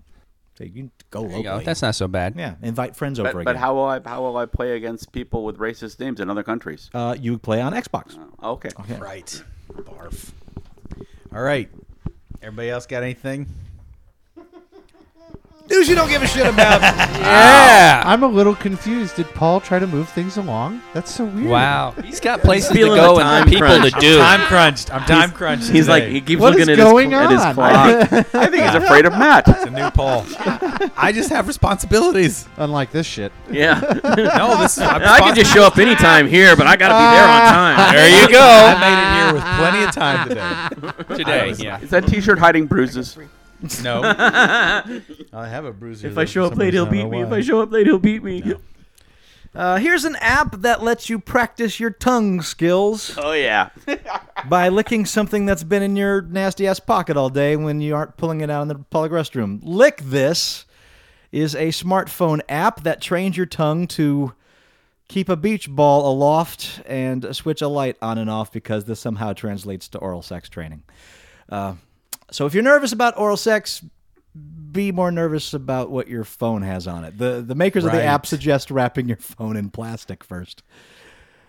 So you can go
There you go.
locally.
That's not so bad.
yeah, invite friends over
But,
again.
but how will I how will I play against people with racist names in other countries? Oh,
uh, you play on Xbox?
Okay.
Right. Barf. All right. Everybody else got anything?
News you don't give a shit about.
I'm a little confused. Did Paul try to move things along? That's so weird.
Wow, he's got places to
feeling
go
the time
and people
crunch.
to do.
Time crunched. I'm time crunched.
He's like
today.
he keeps
What
looking
is
at
going
his, at
on?
his clock.
I think he's afraid of Matt.
It's a new Paul. I just have responsibilities.
Unlike this shit.
yeah,
No, this is, I'm
I could just show up anytime here, but I got to be
Uh,
there on time.
There you
I
go.
made it here with plenty of time today.
Today, yeah.
Is that T-shirt hiding bruises?
No, I have a bruiser.
If I show up late, he'll beat me. If I show up late, he'll beat me.
Uh, here's an app that lets you practice your tongue skills
Oh yeah.
by licking something that's
been in your nasty ass pocket all day when you aren't pulling it out in the public restroom. Lick This is a smartphone app that trains your tongue to keep a beach ball aloft and switch a light on and off because this somehow translates to oral sex training. Uh, so if you're nervous about oral sex, be more nervous about what your phone has on it. The the makers of the app suggest wrapping your phone in plastic first.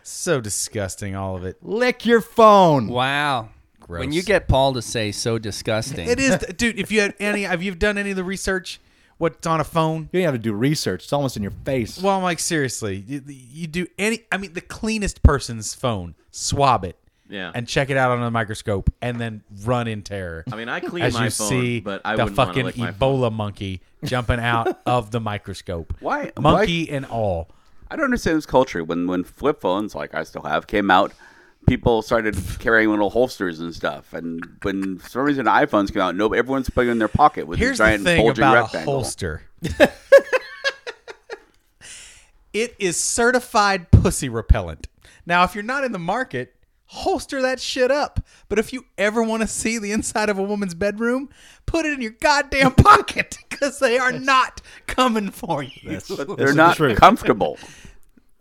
So disgusting, all of it.
Lick your phone.
Wow. When you get Paul to say so disgusting.
It is, dude. If you had any, have you done any of the research? What's on a phone?
You don't have to do research. It's almost in your face.
Well, I'm like, seriously, you, you do any? I mean, the cleanest person's phone, swab it,
Yeah.
and check it out on a microscope, and then run in terror.
I mean, I clean
as
my
you
phone,
see
but I
the
wouldn't wanna
fucking
lick my phone.
Ebola monkey jumping out of the microscope.
Why-
monkey and all?
I don't understand this culture. When when flip phones, like I still have, came out, people started carrying little holsters and stuff. And when for some reason iPhones came out, no, everyone's putting it in their pocket with
Here's
a giant
the thing
bulging
about a
rectangle.
holster. it is certified pussy repellent. Now, if you're not in the market, holster that shit up. But if you ever want to see the inside of a woman's bedroom, put it in your goddamn pocket because they are not coming for you.
They're not comfortable.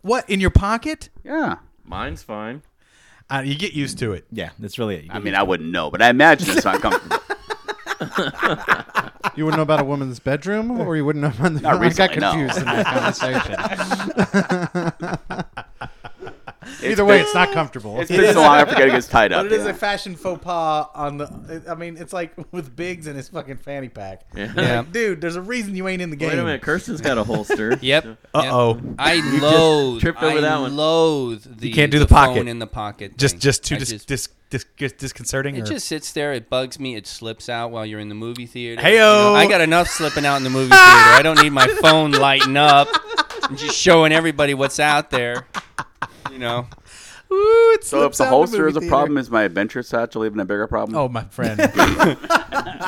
What in your pocket?
Yeah.
Mine's fine.
Uh, you get used to it.
Yeah, that's really it. You
I mean, I wouldn't know, but I imagine it's not comfortable.
You wouldn't know about a woman's bedroom, or you wouldn't know about the.
Not recently,
I
no.
got confused in that conversation.
Either
Wait, it's not comfortable.
It's been so long, I forget it gets tied up.
But it is
yeah.
a fashion faux pas on the. I mean, it's like with Biggs and his fucking fanny pack.
Yeah.
Like, dude, there's a reason you ain't in the game.
Wait a minute. Kirsten's got a holster.
Yep.
Uh-oh.
Yep. I loathe.
tripped over
I
that one.
Loathe the.
can't do the
phone
pocket.
in the pocket.
just
thing.
just too
I
dis, dis, dis, dis- disconcerting.
It
or-
just sits there. It bugs me. It slips out while you're in the movie theater.
Heyo.
You know, I got enough slipping out in the movie theater. I don't need my phone lighting up and just showing everybody what's out there. You know.
Ooh, it
so if
slips
the
out
holster
movie
is a
theater.
problem, is my adventure satchel even a bigger problem?
Oh my friend,
All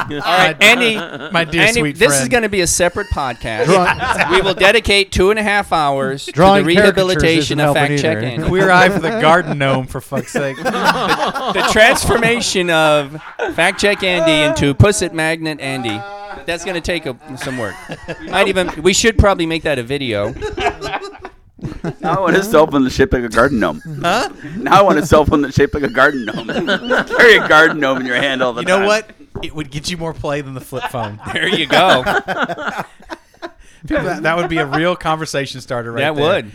right, any,
my dear
any
sweet
this
friend.
is going to be a separate podcast. we will dedicate two and a half hours
Drawing
to the
caricatures
rehabilitation
isn't
of fact
helping
check
either.
Andy.
queer eye for the garden gnome for fuck's sake.
the transformation of fact check Andy into pussit magnet Andy. That's gonna take a, some work. Might even we should probably make that a video.
Now I want a cell phone that's shaped like a garden gnome. Huh? Now I want a cell phone that's shaped like a garden gnome. Carry a garden gnome in your hand all the
You
time.
know what? It would get you more play than the flip phone.
There you go.
that, that would be a real conversation starter, right?
that
there.
would.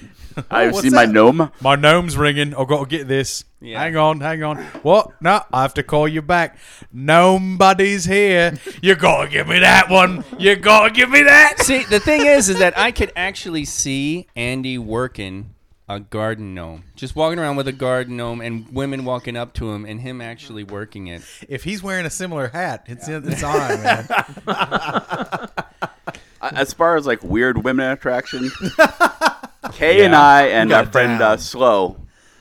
I've
What's
seen my
that?
gnome.
My gnome's ringing. I'll go get this.
Yeah.
Hang on, hang on. What? No, I have to call you back. Nobody's here. You gotta give me that one. You gotta give me that.
See, the thing is, is that I could actually see Andy working a garden gnome, just walking around with a garden gnome, and women walking up to him, and him actually working it.
If he's wearing a similar hat, it's it's on, man.
As far as like weird women attraction, Kay and I and our friend uh, Slow,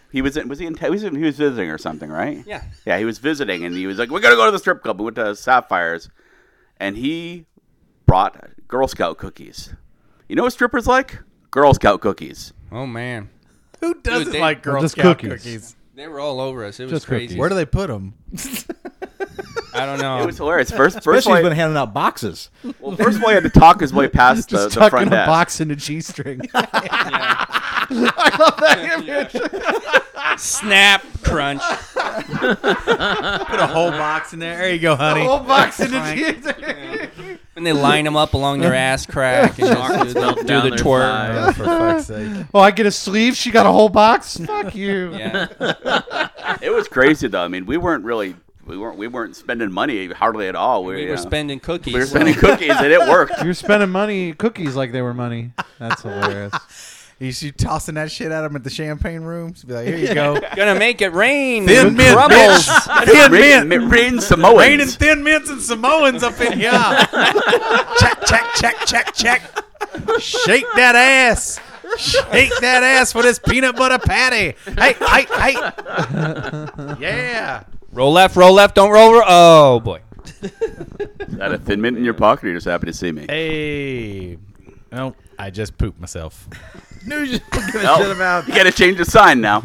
he was in, was he in, he was, in- he was visiting or something, right?
Yeah.
Yeah, he was visiting and he was like, "We're gonna go to the strip club." We went to Sapphires, and he brought Girl Scout cookies. You know what strippers like? Girl Scout cookies.
Oh man,
Who doesn't
they-
like Girl
just
Scout
cookies.
cookies.
they were all over us. It was
Just
crazy.
cookies.
Where do they put them?
I don't know.
It was hilarious. First, first,
Especially
of all,
he's been handing out boxes.
well, first of all, you had to talk his way past the,
Just
the
tucking
front
a
desk.
box into G string.
Snap, crunch.
Put a whole box in there. There you go,
Oh,
honey.
box into
Frank.
And they line them up along their ass crack and just do, the-
Down
do the
their
twerk.
thigh.
for fuck's sake.
Oh, I get a sleeve. She got a whole box. Fuck you.
Yeah.
It was crazy though. I mean, we weren't really we weren't we weren't spending money hardly at all.
We
you
were
know,
spending cookies.
we were spending cookies and it worked.
You're spending money cookies like they were money. That's hilarious.
You see, tossing that shit at them at the champagne room. Be like, here you go.
Gonna make it rain.
Thin mint,
crumbles.
thin
Rain,
mint.
rain Samoans.
Raining thin mints and Samoans up in here. check, check, check, check, check. Shake that ass. Shake that ass for this peanut butter patty. Hey, hey, hey. Yeah.
roll left, roll left, don't roll. ro- Oh boy.
Got a thin mint in your pocket. You're just happy to see me.
Hey. Oh, I just pooped myself.
News you don't give a
Oh,
shit about.
You got to change the sign now.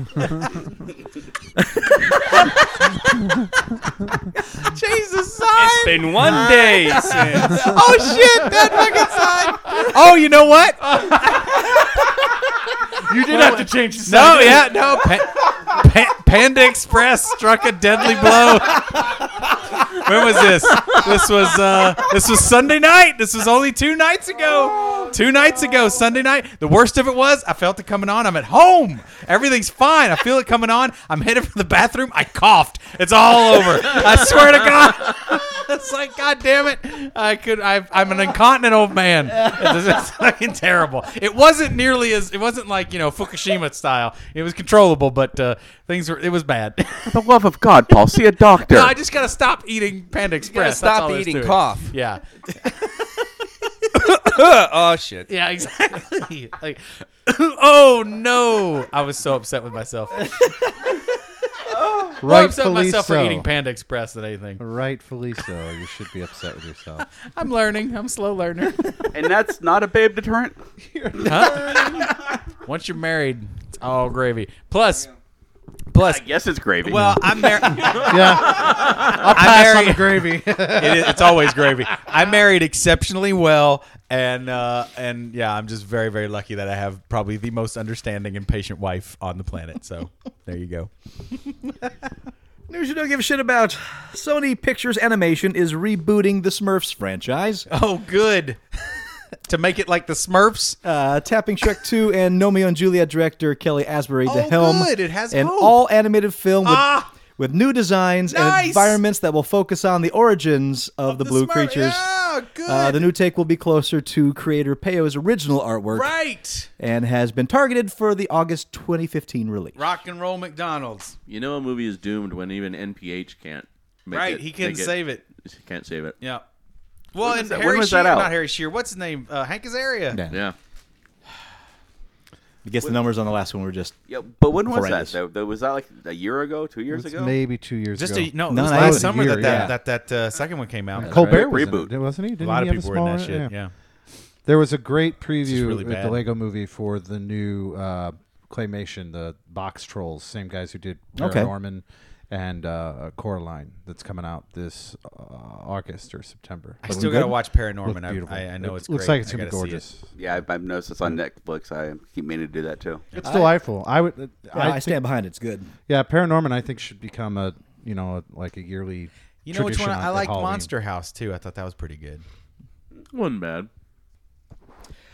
Change the sign.
been one day since.
Oh shit, that fucking sign. Oh, you know what?
You did have to change the
No, yeah, no. Pa- Pa- Panda Express struck a deadly blow. when was this? This was uh, this was Sunday night. This was only two nights ago. Two nights ago, Sunday night. The worst of it was, I felt it coming on. I'm at home. Everything's fine. I feel it coming on. I'm headed for the bathroom. I coughed. It's all over. I swear to God. It's like, God damn it! I could. I've, I'm an incontinent old man. It's, it's fucking terrible. It wasn't nearly as. It wasn't like you know Fukushima style. It was controllable, but uh, things were. It was bad.
the love of God, Paul, see a doctor.
no, I just gotta stop eating Panda Express. That's all
Stop
there is
eating
to it.
cough.
Yeah.
oh shit.
Yeah. Exactly. like, oh no! I was so upset with myself. More upset with
Rightfully
myself
so.
for eating Panda Express than anything.
Rightfully so. You should be upset with yourself.
I'm learning. I'm a slow learner.
and that's not a babe deterrent.
Once you're married, it's all gravy. Plus, plus.
I guess it's gravy.
Well, I'm married.
yeah. I'll pass on
marry-
the gravy.
it is, it's always gravy. I married exceptionally well, and uh, and yeah, I'm just very very lucky that I have probably the most understanding and patient wife on the planet. So there you go.
News you don't give a shit about. Sony Pictures Animation is rebooting the Smurfs franchise,
Oh, good. to make it like the Smurfs.
uh, tapping Shrek 2 and Nomeo and Juliet director Kelly Asbury to
Oh,
helm.
good. It has
an
hope.
all animated film with,
Ah.
with new designs and
Nice.
environments that will focus on the origins of, the, blue
Smurf-
creatures.
Yeah, good.
Uh, the new take will be closer to creator Peyo's original artwork
right.
and has been targeted for the August 2015 release.
Rock and roll McDonald's.
You know a movie is doomed when even NPH can't. Make
right.
it-
he couldn't
make it-
save it.
He can't save it.
Yeah. Well, and
that- when
Harry
was that
Shearer,
out?
not Harry Shearer. What's his name? Uh, Hank Azaria.
Yeah.
Yeah.
I guess the numbers on the last one were just
yeah, but when was
Horrendous.
that? Though? Was that like a year ago, two years
It's
ago?
Maybe two years
Just
ago.
a, no, it
No,
was
no, it
last
was a
summer
year,
that that,
yeah.
that that uh, second one came out.
Colbert was
Reboot.
reboot, wasn't he?
A
Didn't
lot
he
of
have
people were in
small
that
one?
shit. Yeah.
There was a great preview
really
at
bad.
the Lego Movie for the new uh, claymation, the Box Trolls, same guys who did Where
Okay.
Norman and uh, Coraline, that's coming out this uh, August or September.
I still gotta watch
Looked
Paranorman.
beautiful.
I, I, I know it's
it looks
great.
like it's
I
gonna be
gotta see it.
gorgeous.
Yeah, I've, I've noticed it's on Netflix. I keep meaning to do that too.
It's delightful. I would.
I,
I, think-
stand behind it. It's good.
Yeah, Paranorman. I think should become a you know a, like a yearly.
You know which one
tradition
I
at
like?
Halloween.
Monster House too. I thought that was pretty good.
Wasn't bad.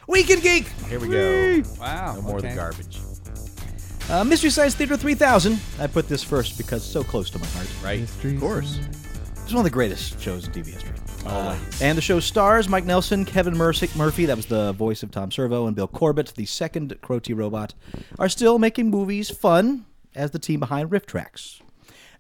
Weekend Geek!
Here we go.
Wow.
No more of the
okay.
garbage,
Uh, Mystery Science Theater 3000. I put this first because it's so close to my heart.
right?
Of course. It's one of the greatest shows in TV history. Uh, and the show stars Mike Nelson, Kevin Mursick, Murphy, that was the voice of Tom Servo, and Bill Corbett, the second Crotty robot, are still making movies fun as the team behind Rift Tracks.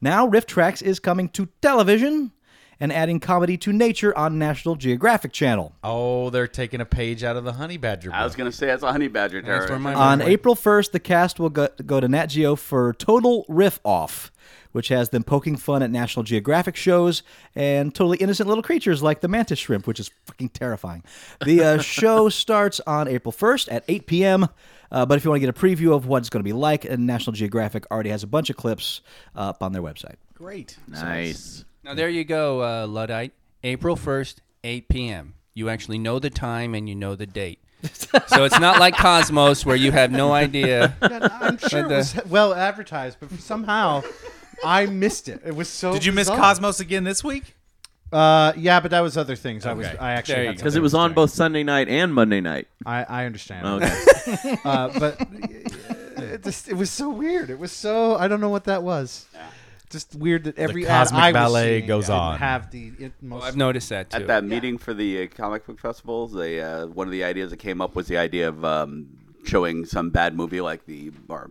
Now, Rift Tracks is coming to television and adding comedy to nature on National Geographic Channel.
Oh, they're taking a page out of the Honey Badger.
I was
book.
gonna say that's a honey badger terror.
That's where my
On
mind went.
April 1st, the cast will go, go to Nat Geo for Total Riff Off, which has them poking fun at National Geographic shows and totally innocent little creatures like the mantis shrimp, which is fucking terrifying. The uh, show starts on April 1st at 8 p.m. Uh, but if you want to get a preview of what it's going to be like, and National Geographic already has a bunch of clips uh, up on their website.
great.
Nice.
Now there you go, uh, Luddite. April first, eight p.m. You actually know the time and you know the date. so it's not like Cosmos where you have no idea.
I'm sure
But,
it was uh, well advertised, but somehow I missed it. It was so.
Did you miss
bizarre.
Cosmos again this week?
Uh, yeah, but that was other things. I was
Okay.
I
There
actually
you
had
go.
Because
something
it was
I
on
doing.
both Sunday night and Monday night.
I, I understand.
Okay.
uh, but uh, it, just, it was so weird. It was so I don't know what that was. Just weird that every ad
cosmic
I was
ballet
seeing
goes
didn't
on.
Have the it most,
I've noticed that too.
At that meeting for the uh, comic book festivals, they uh, one of the ideas that came up was the idea of um, showing some bad movie like the or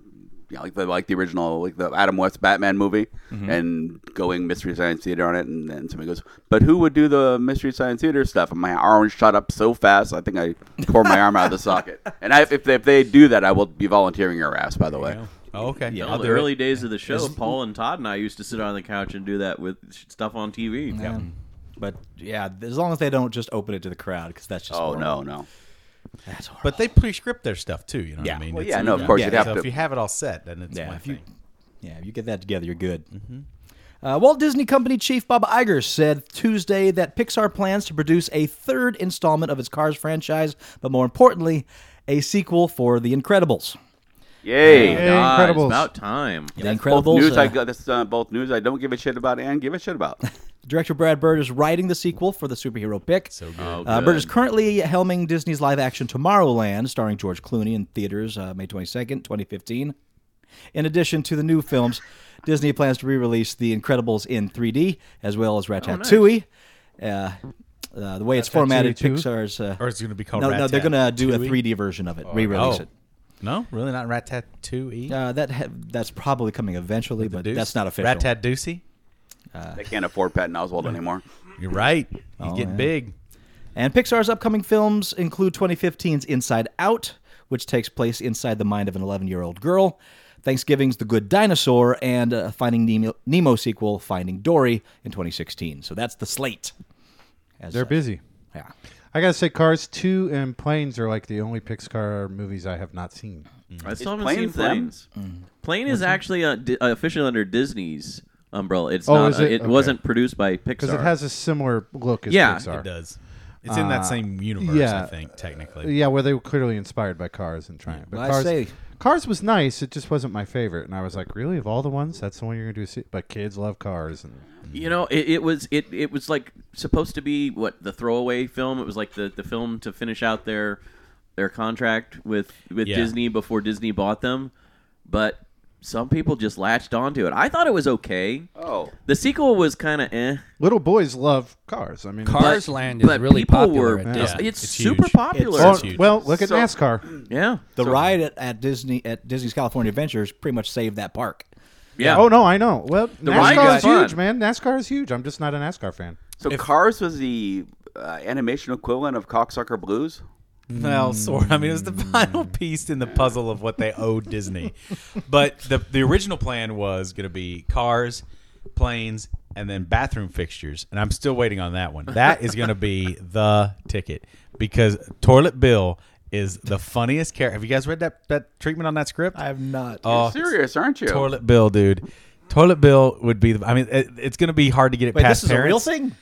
you know, like the like the original like the Adam West Batman movie and going Mystery Science Theater on it, and then somebody goes, "But who would do the Mystery Science Theater stuff?" And my arm shot up so fast, I think I tore my arm out of the socket. And I, if they, if they do that, I will be volunteering your ass. By the way,
Oh, okay.
Yeah,
I'll
the
do it.
early days of the show, Paul and Todd and I used to sit on the couch and do that with sh- stuff on TV.
But yeah, as long as they don't just open it to the crowd, because that's just
oh
horrible.
no no.
But they pre-script their stuff too. You know
Yeah.
what I mean?
Well,
It's-
yeah, no, of course you'd have
so
to-
If you have it all set, then it's
Yeah,
one
if you-
thing.
Yeah, if you get that together, you're good.
Uh, Walt Disney Company chief Bob Iger said Tuesday that Pixar plans to produce a third installment of its Cars franchise, but more importantly, a sequel for The Incredibles.
Yay!
Hey, God, it's
Incredibles.
about time.
the
Both
Incredibles.
news
uh,
I got this uh, both news I don't give a shit about and give a shit about.
Director Brad Bird is writing the sequel for the superhero pick. So good.
Oh,
Uh, Bird
good.
is currently helming Disney's live action Tomorrowland, starring George Clooney in theaters uh, May 22nd, 2015. In addition to the new films, Disney plans to re release The Incredibles in 3D, as well as
Oh,
Ratatouille. uh, uh, the way it's formatted,
too?
Pixar's. Uh,
Or it's gonna be called
No, no, they're going to do a
Ratatouille?
3D version of it, re release
Oh.
it.
No, really not Rat E? Tattoo.
Uh, that ha- that's probably coming eventually, but that's not official.
Rat Tat Doocy.
they can't afford Patton Oswald anymore.
You're right. He's getting big.
And Pixar's upcoming films include 2015's Inside Out, which takes place inside the mind of an 11 year old girl, Thanksgiving's The Good Dinosaur, and uh, Finding Nemo, Nemo sequel, Finding Dory, in 2016. So that's the slate. As,
They're
uh,
busy.
yeah.
I gotta say, Cars Two and Planes are like the only Pixar movies I have not seen.
I still haven't
Plane
seen
them?
planes.
Mm-hmm.
Plane is actually uh, di- uh, officially under Disney's umbrella. It's
Oh,
not.
is
uh,
it?
it
Okay.
wasn't produced by Pixar.
because it has a similar look as
Yeah,
Pixar.
it
It does. It's in that same universe,
yeah.
I think, technically.
Yeah, where they were clearly inspired by Cars and trying. But
Well, I
Cars,
say-
Cars was nice. It just wasn't my favorite, and I was like, really, of all the ones, that's the one you're gonna do. a se- But kids love Cars, and
You know, it, it was it it was like supposed to be what the throwaway film. It was like the, the film to finish out their their contract with with
Yeah.
Disney before Disney bought them. But some people just latched onto it. I thought it was okay.
Oh,
The sequel was kind of eh.
little boys love Cars. I mean,
Cars
But-
Land is
but
really
people
popular.
were-
at
it's,
Disney.
it's
It's
super
huge.
popular.
well,
It's huge.
oh, well, look at
So-
NASCAR.
yeah,
The ride at, at Disney at Disney's California Adventures pretty much saved that park.
yeah.
Oh no, I know. Well,
ride
NASCAR is
was fun.
huge, man. NASCAR is huge. I'm just not a NASCAR fan.
so Cars was the uh, animation equivalent of Cocksucker Blues.
Well, sort. I mean, it was the
Hmm.
final piece in the puzzle of what they owed Disney. But the the original plan was going to be cars, planes, and then bathroom fixtures. And I'm still waiting on that one. That is going to be the ticket because Toilet Bill is the funniest character. Have you guys read that that treatment on that script? I
have not.
Oh,
Serious, aren't you?
Toilet Bill, dude. Toilet Bill would be. The, I mean, it, it's going to be hard to get it
Wait,
past
this is
parents.
a real thing?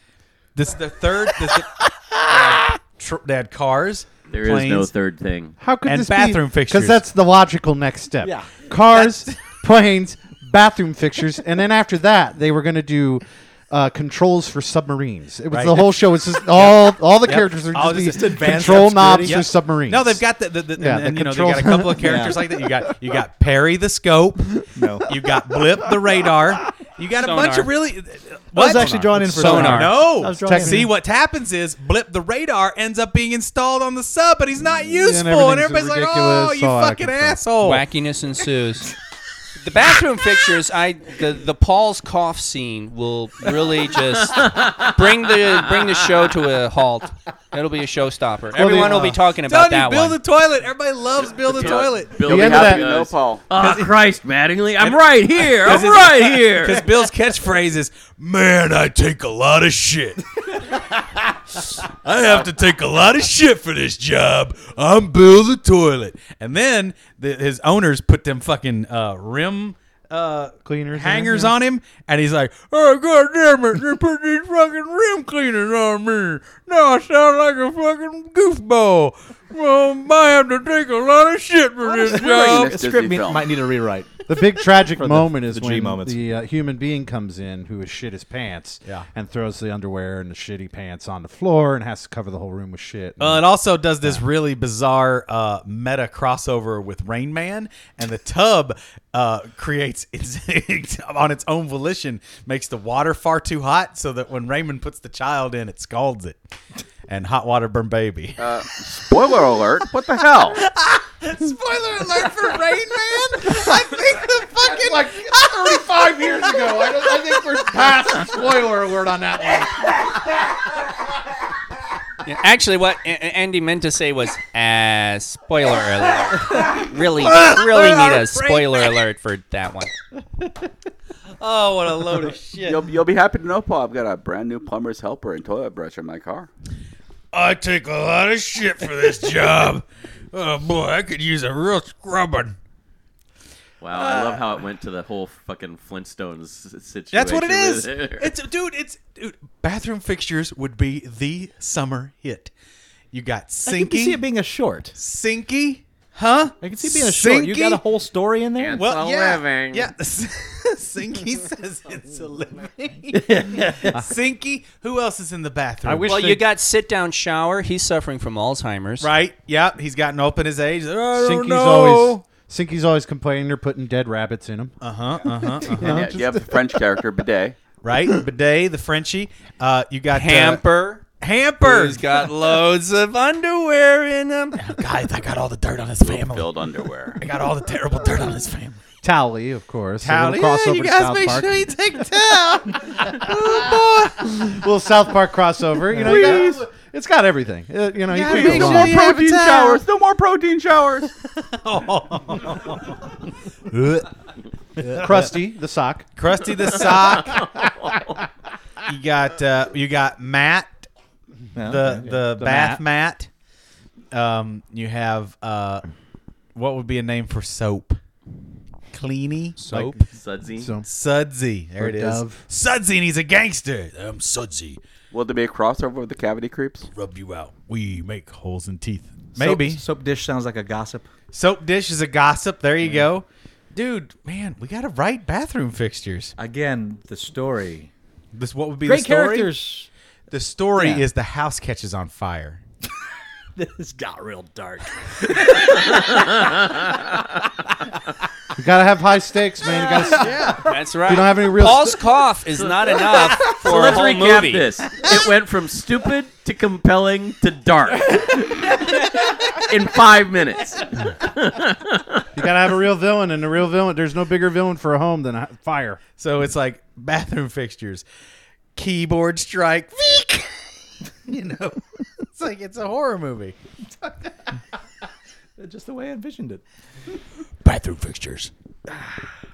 This is the third. This, is the, uh, tr- they had cars.
There is
planes,
no third thing.
How could
And
this
bathroom
be?
fixtures.
Because that's the logical next step.
Yeah.
Cars, planes, bathroom fixtures, and then after that, they were going to do uh, controls for submarines. It was
Right.
the whole show. It's just all all the characters are
All
just,
just-
these
just Oh, advanced
control
obscurity.
knobs
Yeah.
for submarines.
No, they've got the, the, the,
Yeah,
and,
the
and, you know they got a
controls.
couple of characters like that. You got you got Perry the scope. No, you got Blip the radar. You got a bunch
Sonar.
of really. uh,
I was actually drawn in for
Sonar.
I
No,
was drawn in.
see what happens is Blip the radar ends up being installed on the sub, but he's not useful, and,
everything's
everybody's like,
ridiculous,
"Oh, you
all that
fucking
good stuff.
Oh.
asshole!"
Wackiness ensues. the bathroom fixtures, I the, the Paul's cough scene will really just bring the bring the show to a halt. It'll be a showstopper. Everyone will be talking about
Donnie,
that
uh, build
one.
a toilet. Everybody loves build a toilet.
Bill
The end of
Happy
that-
to know, Paul.
Oh, Christ, Mattingly, I'm right here. I'm right here.
Because Bill's catchphrase is, "Man, I take a lot of shit. I have to take a lot of shit for this job. I'm Bill the toilet." And then the, his owners put them fucking uh, rim uh,
Cleaners on it,
hangers
Mm-hmm.
yeah.
on him, and he's like, "Oh god damn it! They put these fucking rim cleaners on me. Now I sound like a fucking goofball. Um, I have to take a lot of shit for this
Really,
job."
this
The script
Disney film.
might need a rewrite.
The big tragic moment is
the G
when
moments.
the uh, human being comes in who has shit his pants
Yeah.
and throws the underwear and the shitty pants on the floor and has to cover the whole room with shit. And-
Uh, it also does this really bizarre uh, meta crossover with Rain Man, and the tub uh, creates its, on its own volition makes the water far too hot, so that when Raymond puts the child in, it scalds it, and hot water burn baby.
Spoiler alert! What the hell?
Spoiler alert for Rain Man! I think the fucking
like 35 years ago. I, don't- I think we're past spoiler alert on that one.
Yeah, actually, what A- A- Andy meant to say was, uh, spoiler alert. really, really need a spoiler alert for that one.
oh, what a load of shit!
You'll, you'll be happy to know, Paul. I've got a brand new plumber's helper and toilet brush in my car.
I take a lot of shit for this job. oh boy, I could use a real scrubbing.
Wow, I love how it went to the whole fucking Flintstones s- s- situation.
That's what it is. it's dude. It's dude, bathroom fixtures would be the summer hit. You got
I can see
Sinky,
it being a short.
Sinky, huh?
I can see it being a short. You got a
Sinky?
whole story in there.
Well,
It's a
yeah,
living.
yeah. Sinky says it's a living. Sinky. Who else is in the bathroom?
I wish
Well,
they-
you got sit down shower. He's suffering from Alzheimer's.
Right. Yep. He's gotten up in his age. I don't
Sinky's
know.
always Sinky's always complaining they're putting dead rabbits in them.
Uh huh. Uh huh.
Yeah, you have the French character bidet.
right. Bidet, the Frenchie. Uh, you got uh,
Hamper.
hamper.
He's got loads of underwear in him.
Guys, I got all the dirt on his family.
Filled underwear.
I got all the terrible dirt on his family.
Towley, of course. So
Towel.
We'll cross
Yeah,
over
you
to
guys
South
make
Park.
sure you take towel.
Well, South Park crossover. You know, you got- it's got everything. Uh, you know, you
gotta
can't
make
go
sure
wrong.
you have a towel.
No more protein showers.
Uh,
Krusty the sock.
Krusty the sock. you got uh, you got Matt, the the, bath mat. Um, you have uh, what would be a name for soap? Cleany soap.
Sudsy.
So
Sudsy. There
Or
it is.
Dove.
Sudsy, and he's a gangster. I'm Sudsy.
Will there be a crossover with the cavity creeps?
Rub you out. We make holes in teeth. Maybe.
Soap,
Soap,
soap dish sounds like a gossip.
dish is a gossip. There you go. Dude, man, we got to write bathroom fixtures.
Again, the story.
This what would be the
Great
story?
characters.
The story
Yeah.
is the house catches on fire.
This got real dark.
you gotta have high stakes, man. You gotta,
That's right.
You don't have any real
Paul's cough is not enough for
So
a
let's
whole
recap
movie.
this. It went from stupid to compelling to dark in five minutes.
you gotta have a real villain, and a real villain. There's no bigger villain for a home than a fire.
So it's like bathroom fixtures, keyboard strike, veek. you know, it's like it's a horror movie.
Just the way I envisioned it.
Bathroom fixtures,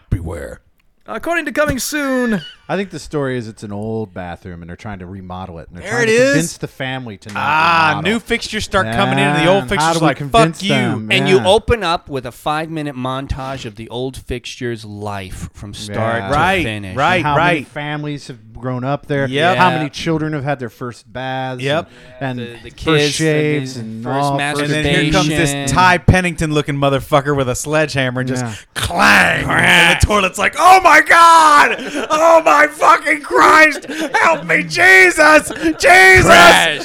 beware.
According to coming soon,
I think the story is it's an old bathroom, and they're trying to remodel it, and they're
There
trying
it
to
is.
convince the family to not
Ah,
remodel.
new fixtures start coming in, and the old
Man, how
fixtures
do we
like fuck
convince
you.
them?
And you
Yeah.
open up with a five minute montage of the old fixture's life from start
Yeah.
to
Right,
finish.
right.
how many
right.
families have grown up there.
Yep.
How
Yeah.
many children have had their first baths?
Yep.
And,
The,
and
the
first
kids,
shaves,
the, the
and
first
all
And
masturbation.
then here comes this Ty Pennington looking motherfucker with a sledgehammer and just
Yeah.
clang. And the toilet's like, oh my God! Oh my fucking Christ! Help me, Jesus! Jesus!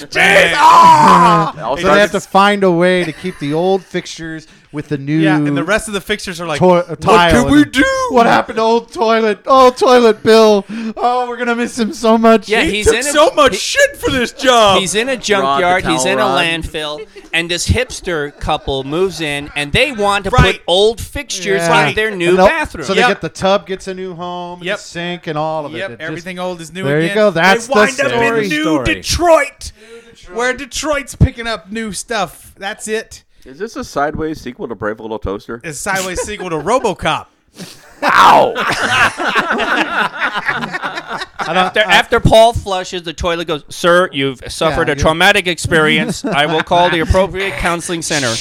Jesus! Ah!
It all
So they have
starts-
to find a way to keep the old fixtures with the new.
Yeah, and the rest of the fixtures are like,
Toi-
what
tile
can
and-
we do?
What happened to old toilet? Old toilet Bill. Oh, we're gonna miss him so much.
Yeah,
He
he's
took
in a,
so much
he-
shit for this job.
He's in a junkyard.
towel
He's in a
rod.
landfill, and this hipster couple moves in, and they want to
Right.
put old fixtures
Yeah.
in their new
And they'll-
bathroom.
So
Yep.
they get the tub, gets a new home, and
Yep.
the sink, and all of
Yep,
it. It just-
everything old is new
There you
again.
go, that's
they
the
wind up in
story.
new
Story.
Detroit, where Detroit's picking up new stuff. That's it.
Is this a sideways sequel to Brave Little Toaster?
It's a sideways sequel to RoboCop.
after, after Paul flushes, the toilet goes, Sir, you've suffered
Yeah,
a
you-
traumatic experience. I will call the appropriate counseling center.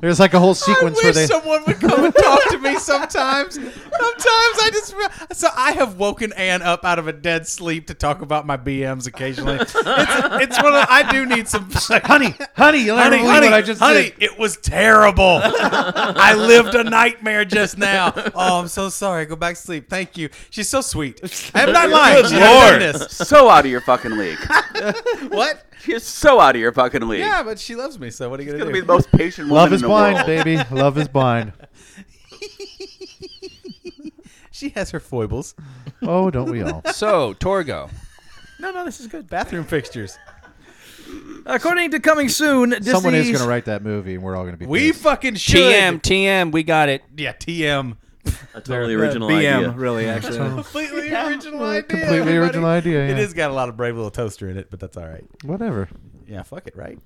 There's like a whole
I
sequence
wish
where they.
someone would come and talk to me sometimes. Sometimes I just feel- so I have woken Ann up out of a dead sleep to talk about my BMs occasionally. It's, it's one of, I do need some honey,
honey, you'll never
honey,
believe
honey,
what I just
honey.
did.
It was terrible. I lived a nightmare just now. Oh, I'm so sorry. Go back to sleep. Thank you. She's so sweet. I'm not lying. She hasn't done this.
so out of your fucking league.
What?
She's so out of your fucking league.
Yeah, but she loves me. So what are you
She's
gonna
gonna
do?
be the most patient woman
Love is
in the
blind,
world.
baby. Love is blind.
she has her foibles.
Oh, don't we all?
So, Torgo.
No, no, this is good. Bathroom fixtures.
according to coming soon, Disney's
Someone is going to write that movie, and we're all going to be.
We
pissed.
fucking should.
TM, TM, we got it.
Yeah, TM.
A totally original
BM,
idea.
really, actually.
Completely original idea.
completely
everybody.
original idea,
It
yeah.
has got a lot of brave little toaster in it, but that's all right.
whatever.
Yeah, fuck it, right?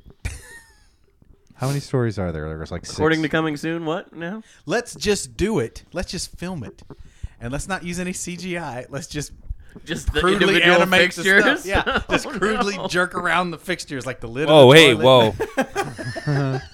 How many stories are there? There's like six.
According to coming soon, what now?
Let's just do it. Let's just film it, and let's not use any CGI. Let's just
Just the
crudely
individual Oh,
animates the
fixtures.
stuff. Yeah, just crudely jerk around the fixtures like the lid. of
Oh,
Oh,
Whoa,
the
hey,
toilet.
whoa.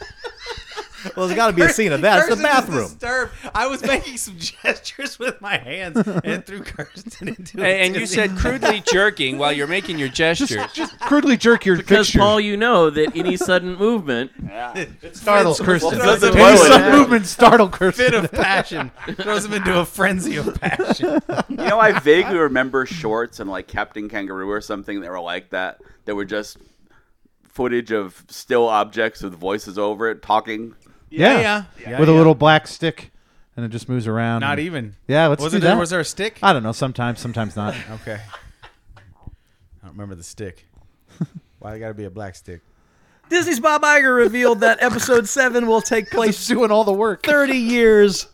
Well, there's got to be a scene of that. It's the
Kirsten is
bathroom.
disturbed. I was making some gestures with my hands and threw Kirsten into. a
and, and you
dizzy-
said crudely jerking while you're making your gestures.
Just crudely jerk your
Because
fixture.
Paul, you know that any sudden movement
It
startles
throws-
Kirsten.
throws him
Doesn't
Any
into
boil it
a
sudden movement startle Kirsten.
Fit of passion throws him into a frenzy of passion.
You know, I vaguely remember shorts and like Captain Kangaroo or something that were like that. That were just footage of still objects with voices over it talking.
Yeah,
yeah, yeah,
with a
yeah.
little black stick, and it just moves around.
Not even.
Yeah, let's
Wasn't
do
there?
that.
Was there a stick?
I don't know. Sometimes, sometimes not.
Okay. I don't remember the stick. Why it got to be a black stick?
Disney's Bob Iger revealed that episode 7 will take place
doing all the work.
30 years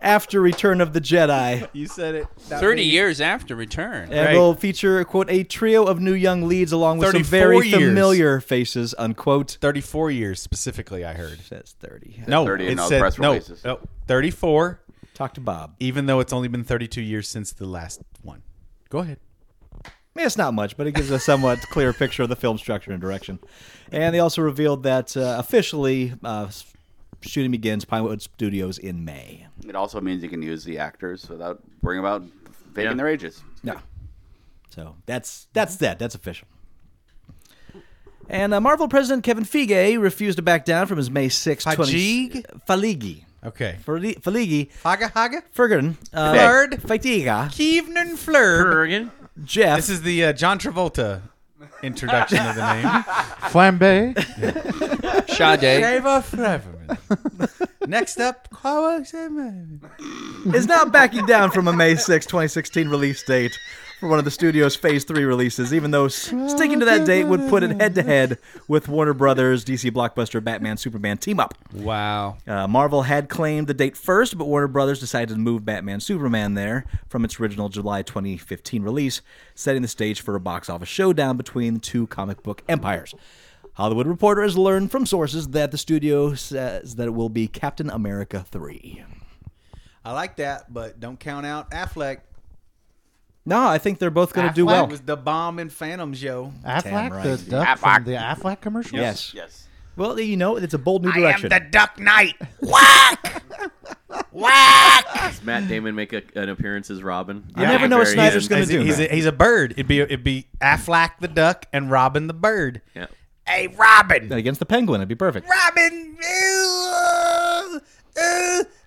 after Return of the Jedi.
You said it.
30 years after return.
And
Right.
will feature, quote, a trio of new young leads along with some
34
very
years.
familiar faces, unquote.
Thirty-four years specifically. I heard.
That's 30.
No,
30 in
it
all the
said
press
no,
releases.
no. Thirty-four.
Talk to Bob.
Even though it's only been thirty-two years since the last one. Go ahead.
I mean, it's not much, but it gives a somewhat clear picture of the film structure and direction. And they also revealed that uh, officially uh, s- shooting begins Pinewood Studios in May.
It also means you can use the actors without worrying about faking
Yeah.
their ages.
Yeah. So that's that's that. That's official. And uh, Marvel president Kevin Feige refused to back down from his May 6th. 20
Fajig?
Faligi.
Okay.
Fali- Faligi.
Haga haga.
Ferguson. Uh,
Flurd.
Fatiga.
Keevenern Flurb.
Bergen.
Jeff.
This is the uh, John Travolta introduction of the name.
Flambe.
Sade.
Next up, Kawa
is not backing down from a May 6, 2016 release date for one of the studio's Phase 3 releases, even though s- sticking to that date would put it head to head with Warner Brothers' DC blockbuster Batman Superman team up.
Wow.
Uh, Marvel had claimed the date first, but Warner Brothers decided to move Batman Superman there from its original July 2015 release, setting the stage for a box office showdown between the two comic book empires. Hollywood Reporter has learned from sources that the studio says that it will be Captain America 3.
I like that, but don't count out Affleck.
No, I think they're both going to do
Affleck
well.
was the bomb in Phantoms, yo.
Affleck,
right.
the duck from
Affleck.
the Affleck commercials.
Yes.
Yes.
Well, you know, it's a bold new direction.
Duck Knight.
Does Matt Damon make a, an appearance as Robin?
You never know what
Very
Snyder's
easy.
going to do.
He's, he's, a, he's a bird. It'd be it'd be Affleck the duck and Robin the bird.
Yeah.
Hey, Robin.
Against the Penguin, it'd be perfect.
Robin. ooh, ooh,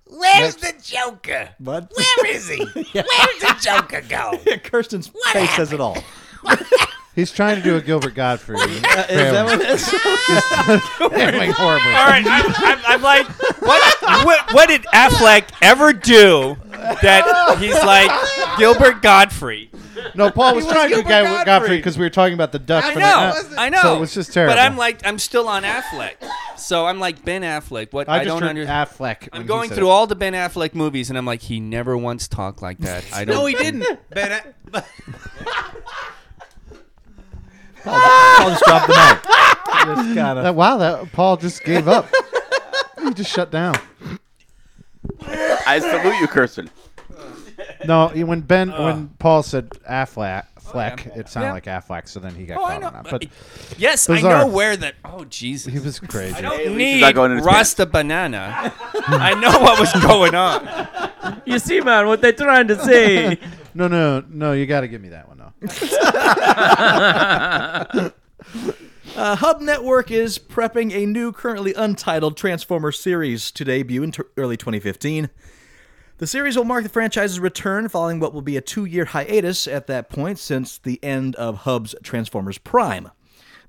where's the Joker?
But
Where is he? Where's the Joker go?
Kirsten's face says it all.
He's trying to do a Gilbert Godfrey. is
Uh, Is that what it is?
horrible.
All right, I'm, I'm, I'm like, what, what, what did Affleck ever do that he's like Gilbert Godfrey?
No, Paul was, trying to do
Gilbert
Gilbert Godfrey
Godfrey.
because we were talking about the duck.
I
for
know,
the,
I know.
So it was just terrible.
But I'm like, I'm still on Affleck. So I'm like Ben Affleck. What
I
I,
just
don't
heard
understand.
Affleck.
I'm going through all the Ben Affleck movies, and I'm like, he never once talked like that. I don't.
No, he didn't. But, I- but
I'll just drop the mic. Just gotta-
That, wow, that Paul just gave up. he just shut down.
I salute you, Kirsten.
No, he- when Ben, when Paul said Affleck, Fleck, it sounded like Affleck. So then he got caught on that. Oh, But
yes, I
Bizarre.
know where that. Oh Jesus!
he was crazy.
I don't
Hey, at least he's
need
not going in his pants.
Rasta banana. I know what was going on.
You see, man, what they're trying to say.
No, no, no. You got to give me that one though.
Uh, Hub Network is prepping a new, currently untitled Transformer series to debut in t- early 2015. The series will mark the franchise's return following what will be a two year hiatus at that point since the end of Hub's Transformers Prime.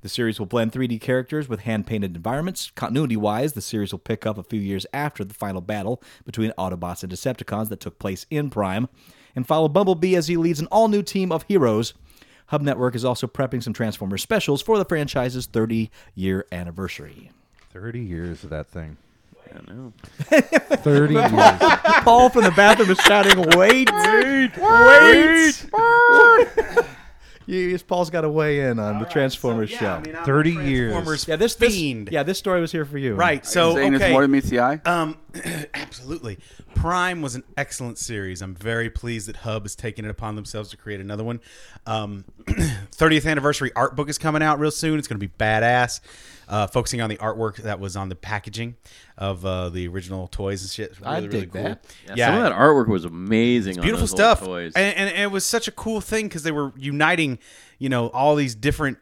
The series will blend 3D characters with hand painted environments. Continuity wise, the series will pick up a few years after the final battle between Autobots and Decepticons that took place in Prime, and follow Bumblebee as he leads an all new team of heroes. Hub Network is also prepping some Transformers specials for the franchise's 30 year anniversary.
Thirty years of that thing. I know. Thirty years.
Paul from the bathroom is shouting, Wait! Wait! Wait! You- Paul's got to weigh in on the Transformers show.
Thirty years.
Transformers
yeah, this, this
fiend.
yeah, this story was here for you.
Right. So
Saying it's
okay.
more than meets the eye.
um, absolutely. Pr- Prime was an excellent series. I'm very pleased that Hub has taken it upon themselves to create another one. Um, 30th anniversary art book is coming out real soon. It's going to be badass, uh, focusing on the artwork that was on the packaging of uh, the original toys and shit. Really,
I
really
dig
cool.
that.
Yeah, some of that artwork was amazing. on
beautiful
those old
stuff
Toys.
And, and it was such a cool thing because they were uniting you know all these different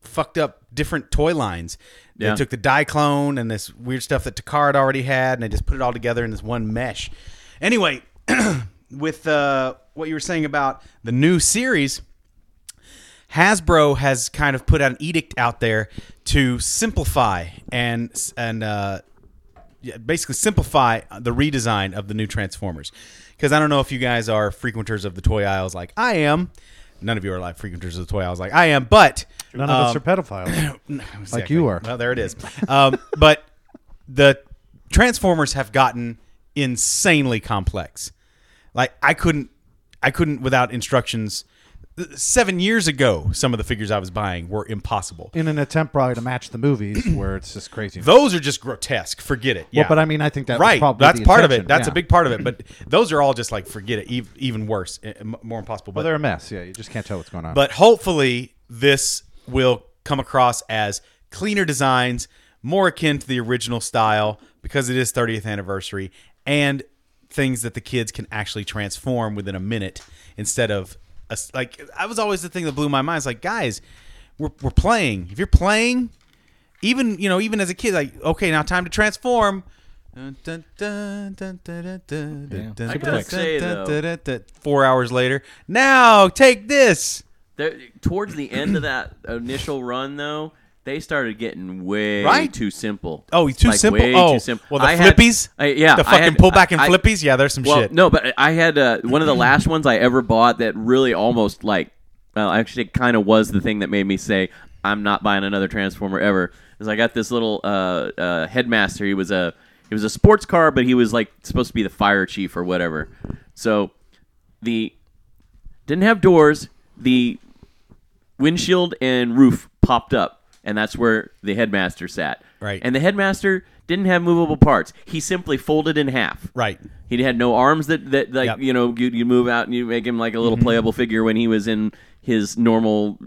fucked up different toy lines they
Yeah.
took the Diaclone and this weird stuff that takara had already had and they just put it all together in this one mesh anyway with uh, what you were saying about the new series Hasbro has kind of put an edict out there to simplify and and uh, yeah, basically simplify the redesign of the new Transformers. Because I don't know if you guys are frequenters of the toy aisles like I am. None of you are like frequenters of the toy aisles like I am, but
None of us
Um,
are pedophiles.
Exactly.
you are.
Well, there it is. Um, but the Transformers have gotten insanely complex. Like I couldn't, I couldn't without instructions. Seven years ago, some of the figures I was buying were impossible.
In an attempt probably to match the movies, where it's just crazy.
Those are just grotesque. Forget it. Yeah,
Well, but I mean, I think that was
right.
probably
That's
the
part of it.
intention,
That's
yeah.
a big part of it. But those are all just like forget it. ev- Even worse, eh, m- more impossible.
well,
But
they're a mess. Yeah, you just can't tell what's going on.
but hopefully this will come across as cleaner designs, more akin to the original style because it is 30th anniversary and things that the kids can actually transform within a minute instead of a s like I was always the thing that blew my mind. It's like guys, we're we're playing. If you're playing, even you know even as a kid like okay now time to transform Dun, dun, dun, dun, dun, dun, dun, dun, dun,
I gotta
dun,
say,
dun,
though-
dun, dun, dun. four hours later now take this
There, towards the end of that initial run, though, they started getting way
Right?
too simple.
Oh, too
Like,
simple.
Way
oh,
too simple.
well, the
I had-
flippies.
I- yeah,
the
I
fucking
had-
pullback and
I-
flippies. Yeah, there's some
Well,
shit.
no, but I had uh, one of the last ones I ever bought that really almost like, well, actually, it kind of was the thing that made me say I'm not buying another Transformer ever. Is I got this little uh, uh, headmaster. He was a he was a sports car, but he was like supposed to be the fire chief or whatever. So the didn't have doors. The windshield and roof popped up, and that's where the headmaster sat.
Right.
And the headmaster didn't have movable parts. He simply folded in half.
Right.
He had no arms that, that like
Yep. Mm-hmm.
you know you you move out and you make him like a little playable figure when he was in his normal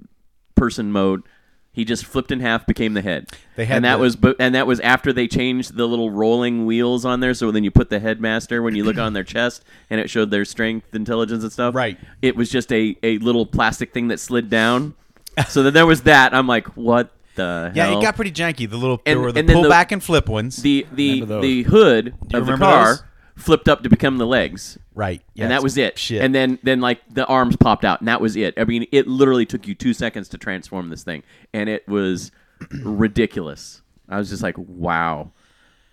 person mode. He just flipped in half, became the head.
They had
and that
the-
was but and that was after they changed the little rolling wheels on there. So then you put the headmaster when you look on their chest and it showed their strength, intelligence, and stuff.
Right.
It was just a a little plastic thing that slid down. so then there was that. I'm like, what the
yeah,
hell?
it got pretty janky. The little there
And-
were the
and then the-
pullback and flip ones.
the the the hood of the
remember
car
those?
flipped up to become the legs.
right. Yeah,
and that was it.
Shit.
And then then like the arms popped out, and that was it. I mean, it literally took you two seconds to transform this thing, and it was ridiculous. I was just like, wow,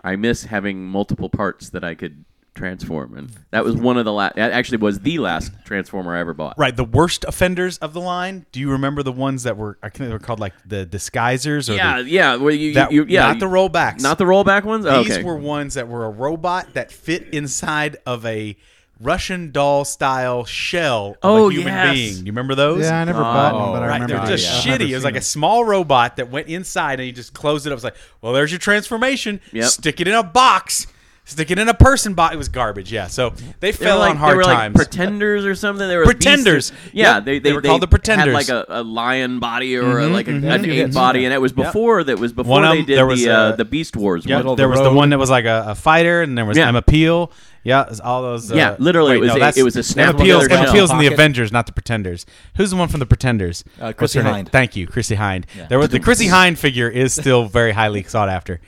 I miss having multiple parts that I could transform, and that was one of the last. That actually was the last transformer I ever bought.
right, the worst offenders of the line. Do you remember the ones that were? I think they were called like the disguisers or
Yeah,
the,
yeah. Well, you,
that,
you, yeah,
not the rollbacks.
not the rollback ones.
These
okay.
were ones that were a robot that fit inside of a Russian doll style shell of
Oh,
a human
yes.
being. Do you remember those? Oh,
yeah, I never bought them, but I
Right,
remember.
they're just
yeah. I've
shitty.
never
It
seen
was like a
them.
small robot that went inside and you just closed it up. It was like, well, there's your transformation.
Yep.
Stick it in a box. Stick it in a person box. It was garbage. Yeah. So they
They
fell
were like,
on hard
they were
times.
like pretenders or something. They were
Pretenders.
beasts. Yeah,
Yep.
they,
They
they
were called
they
the Pretenders. Mm-hmm,
Had like a, a lion body or a, like a, an ape body, and it was before that was before
One of
they
them-
did
there was
the
a-
uh, the Beast Wars.
Yeah,
one.
there was uh, the one that was like a, a fighter, and there was
Yeah.
Emma Peel. Yeah, it was all those. Uh,
Yeah, literally, it
wait,
was
no,
a-
that's-
it was a snap
Emma Peel's,
together
Emma
shell.
Peel's in the
Pocket.
Avengers, not the Pretenders. Who's the one from the Pretenders?
Uh,
What's
Chrissy
her name?
Hynde.
Thank you, Chrissy Hind. There was the Chrissy Hind figure is still very highly sought after.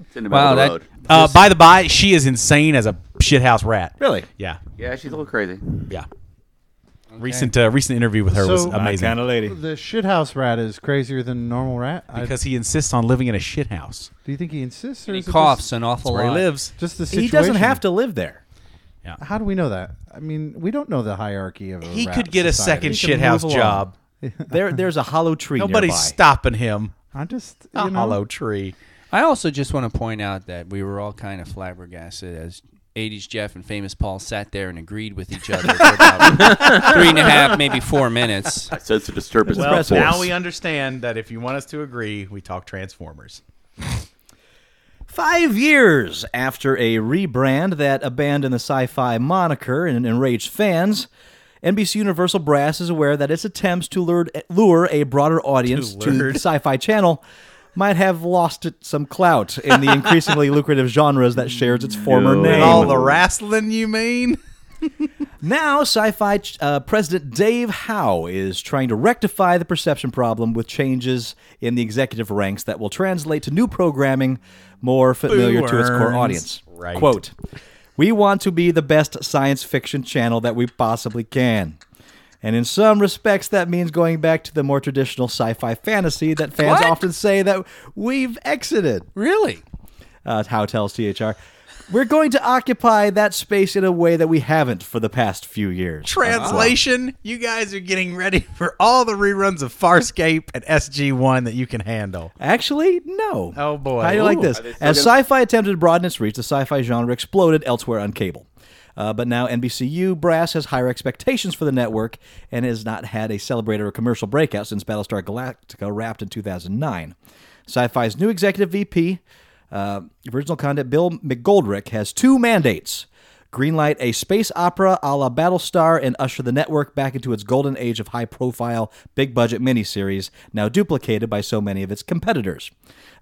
It's in the middle
Wow,
of the
that-
road.
Uh, by the by, she is insane as a shithouse rat.
Really?
Yeah,
Yeah, she's a little crazy.
yeah. Recent uh, recent interview with her was
So-
amazing
lady.
The shithouse rat is crazier than a normal rat. I-
because he insists on living in a shithouse
do you think he insists? Or
He
is it
coughs an awful
where he
lot.
lives.
Just, just the situation.
He doesn't have to live there.
How do we know that? I mean, we don't know the hierarchy of. A
He
rat
could get a
society.
second
He could move
shithouse
along.
job.
There, there's a hollow tree
Nobody's
nearby.
stopping him.
I'm just
A
you know,
hollow tree.
I also just want to point out that we were all kind of flabbergasted as 80s Jeff and Famous Paul sat there and agreed with each other for about three and a half, maybe four minutes.
I sense a disturbance.
Well,
about
now
force.
we understand that if you want us to agree, we talk Transformers.
Five years after a rebrand that abandoned the sci fi moniker and enraged fans, NBC Universal Brass is aware that its attempts to lure, lure a broader audience to, the sci fi channel might have lost it some clout in the increasingly lucrative genres that shares its former name.
All the wrestling, you mean?
Now, sci fi uh, president Dave Howe is trying to rectify the perception problem with changes in the executive ranks that will translate to new programming more familiar to its core
Boo-erns.
audience.
Right.
Quote We want to be the best science fiction channel that we possibly can. And in some respects, that means going back to the more traditional sci fi fantasy that fans often say that we've exited
Really?
uh, Howe tells THR. We're going to occupy that space in a way that we haven't for the past few years.
Translation: You guys are getting ready for all the reruns of Farscape and SG One that you can handle.
Actually, no.
Oh, boy.
How do you like
Ooh.
this? As sci-fi attempted to broaden its reach, the sci-fi genre exploded elsewhere on cable. Uh, but now NBCU brass has higher expectations for the network and has not had a celebrated or commercial breakout since Battlestar Galactica wrapped in 2009. Sci-fi's new executive VP, uh, original content Bill McGoldrick, has two mandates. Greenlight a space opera a la Battlestar and usher the network back into its golden age of high profile, big budget miniseries, now duplicated by so many of its competitors.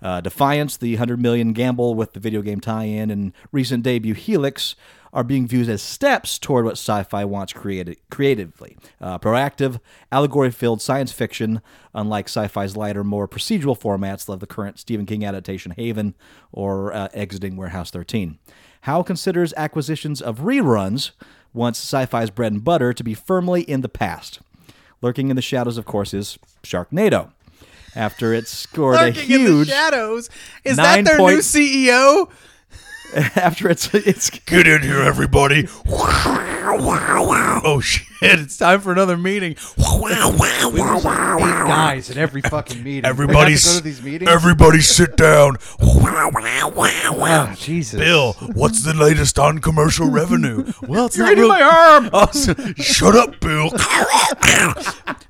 Uh, Defiance, the 100 million gamble with the video game tie in, and recent debut Helix are being viewed as steps toward what sci fi wants created, creatively uh, proactive, allegory filled science fiction, unlike sci fi's lighter, more procedural formats like the current Stephen King adaptation Haven or uh, Exiting Warehouse 13. Howe considers acquisitions of reruns, once sci fi's bread and butter, to be firmly in the past. Lurking in the shadows, of course, is Sharknado. After it scored a
Lurking in the
huge,
shadows. Is
nine
that their
point-
new E CEO?
after it's it's
Get in here, everybody! Oh shit! It's time for another meeting.
guys in every fucking meeting.
Everybody's
We have to go to these meetings.
Everybody, sit down.
Ah, Jesus,
Bill, what's the latest on commercial revenue? Well, it's not
Eating
real-
my arm.
Oh, s- shut up, Bill.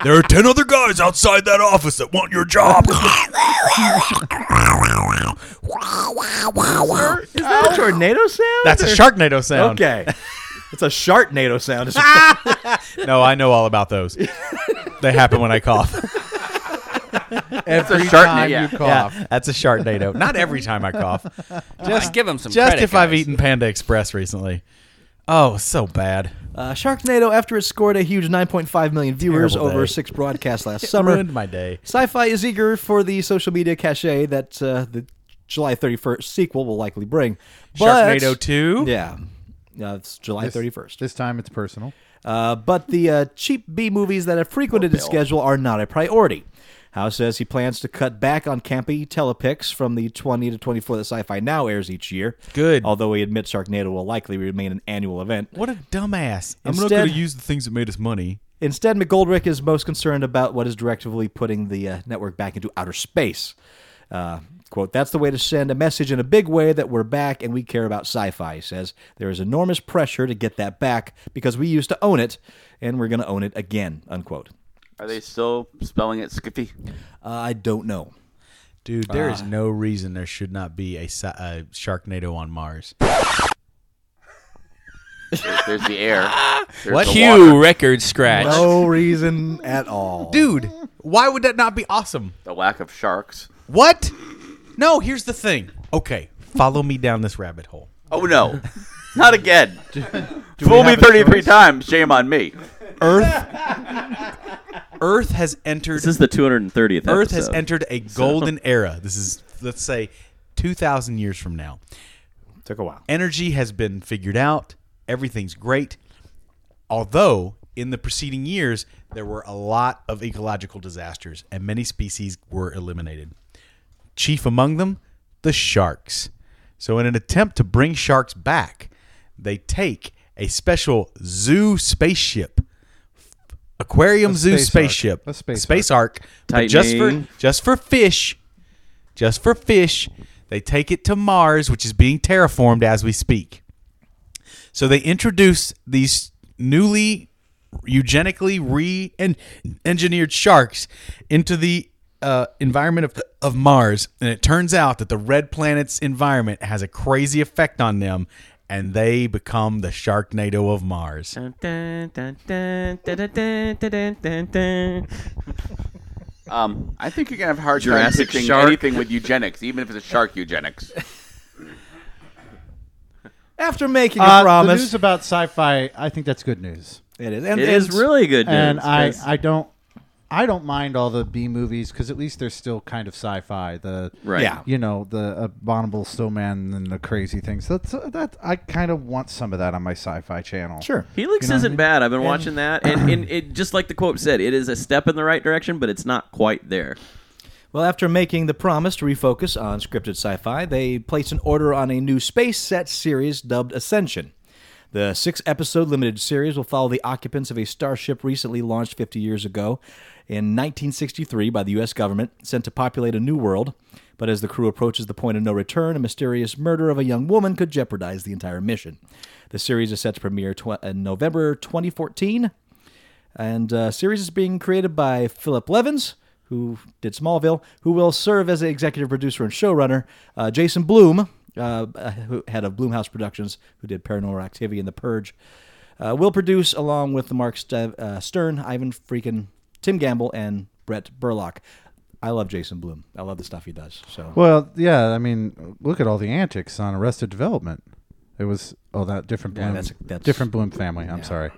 there are 10 other guys outside that office that want your job.
is that Oh. a tornado sound?
That's a Sharknado sound.
Okay. It's a Sharknado sound. It's-
No, I know all about those. they happen when I cough.
Every
Sharknado,
time
yeah.
you cough.
That's a Sharknado. Not every time I cough.
Just give him some
Just
credit,
if I've
guys.
eaten Panda Express recently. Oh, so bad.
uh, Sharknado, after it scored a huge 9.5 million viewers
Terrible
over
day.
six broadcasts last summer,
Ruined my day.
sci-fi is eager for the social media cachet that uh, the July 31st sequel will likely bring. But,
Sharknado 2.
Yeah. Uh, it's July 31st.
This time it's personal.
Uh, but the uh, cheap B movies that have frequented its schedule are not a priority. Howe says he plans to cut back on campy telepics from the 20 to 24 that Sci-Fi Now airs each year.
Good.
Although he admits Sharknado will likely remain an annual event.
What a dumbass. I'm not
Instead-
going to use the things that made us money.
Instead, McGoldrick is most concerned about what is directly putting the uh, network back into outer space. Uh, quote, that's the way to send a message in a big way that we're back and we care about sci fi, he says. There is enormous pressure to get that back because we used to own it and we're going to own it again, unquote.
Are they still spelling it Skippy?
Uh, I don't know.
Dude, there
Ah.
is no reason there should not be a, si- a Sharknado on Mars.
There's, there's the air. There's
What
the
Hugh
water.
record scratch?
No reason at all.
Dude, why would that not be awesome?
The lack of sharks.
What? No, here's the thing. Okay, follow me down this rabbit hole.
Oh no, not again.
we
Fool me
have a
33
choice?
times. Shame on me.
Earth Earth has entered
This is the 230th episode.
Earth has entered a golden era. This is let's say 2000 years from now.
Took a while.
Energy has been figured out. Everything's great. Although in the preceding years there were a lot of ecological disasters and many species were eliminated. Chief among them, the sharks. So in an attempt to bring sharks back, they take a special zoo spaceship aquarium
A
zoo
space ark.
spaceship
A space
arc, but just for
Tightening.
just for fish just for fish they take it to mars which is being terraformed as we speak so they introduce these newly eugenically re-engineered sharks into the uh, environment of, of Mars, and it turns out that the red planet's environment has a crazy effect on them, and they become the Sharknado of Mars.
Um, I think you're gonna have a hard time
Jurassic
pitching
shark.
anything with eugenics, even if it's a shark eugenics.
After making a
Uh, The
promise,
news about sci-fi, I think that's good news,
it is. And
It is
and-
really good news.
and I,
'cause-
I don't, I don't mind all the B movies because at least they're still kind of sci-fi. The
Right. Yeah.
you know, the abominable snowman and the crazy things. That's that I kind of want some of that on my sci-fi channel.
Sure.
Helix
You know,
isn't bad. I've been watching that, and, and it just like the quote said, it is a step in the right direction, but it's not quite there.
Well, after making the promise to refocus on scripted sci fi, they placed an order on a new space set series dubbed Ascension. The six episode limited series will follow the occupants of a starship recently launched 50 years ago in 1963 by the U.S. government, sent to populate a new world. But as the crew approaches the point of no return, a mysterious murder of a young woman could jeopardize the entire mission. The series is set to premiere tw- in November 2014. And uh, series is being created by Philip Levins, who did Smallville, who will serve as the executive producer and showrunner. Uh, Jason Bloom, uh, who head of Bloomhouse Productions, who did Paranormal Activity and The Purge, uh, will produce along with Mark Ste- uh, Stern, Ivan Freakin, Tim Gamble, and Brett Burlock. I love Jason Bloom. I love the stuff he does. So
Well, yeah, I mean, look at all the antics on Arrested Development. It was oh that different Bloom,
that's- that's-
different Bloom family. I'm sorry.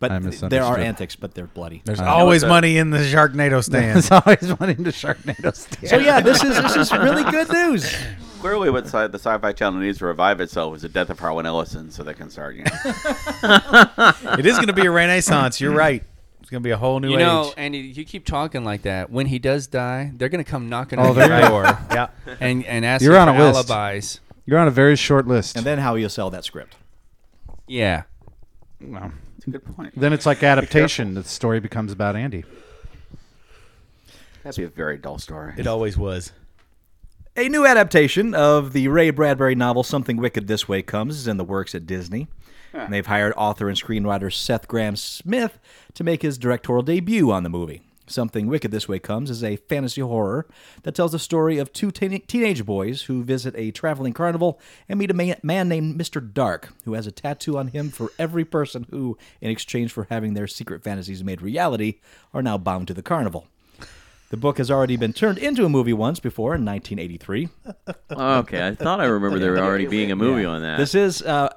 but there
I
are
misunderstood.
antics, but they're bloody.
There's always
that-
money in the Sharknado stand.
It's always wanting to Sharknado stand.
so yeah, this is this is really good news.
Clearly, what sci- the Sci-Fi Channel needs to revive itself is the death of Harlan Ellison, so they can start. You know,
it is going to be a renaissance. You're right. It's going to be a whole new
You know,
age.
Andy, you keep talking like that. When he does die, they're gonna come knocking
Oh,
on
they're
your
right.
door
Yeah.
and and ask
You're
you
on
for
a list.
alibis.
You're on a very short list.
And then how he'll sell that script.
Yeah,
Well,
it's a good point.
then it's like adaptation. The story becomes about Andy.
That'd be a very dull story.
It always was.
A new adaptation of the Ray Bradbury novel Something Wicked This Way Comes is in the works at Disney. And they've hired author and screenwriter Seth Graham Smith to make his directorial debut on the movie. Something Wicked This Way Comes is a fantasy horror that tells the story of two teen- teenage boys who visit a traveling carnival and meet a man-, man named Mr. Dark, who has a tattoo on him for every person who, in exchange for having their secret fantasies made reality, are now bound to the carnival. The book has already been turned into a movie once before in 1983.
Okay, I thought I remember there already being a movie on that.
This is uh,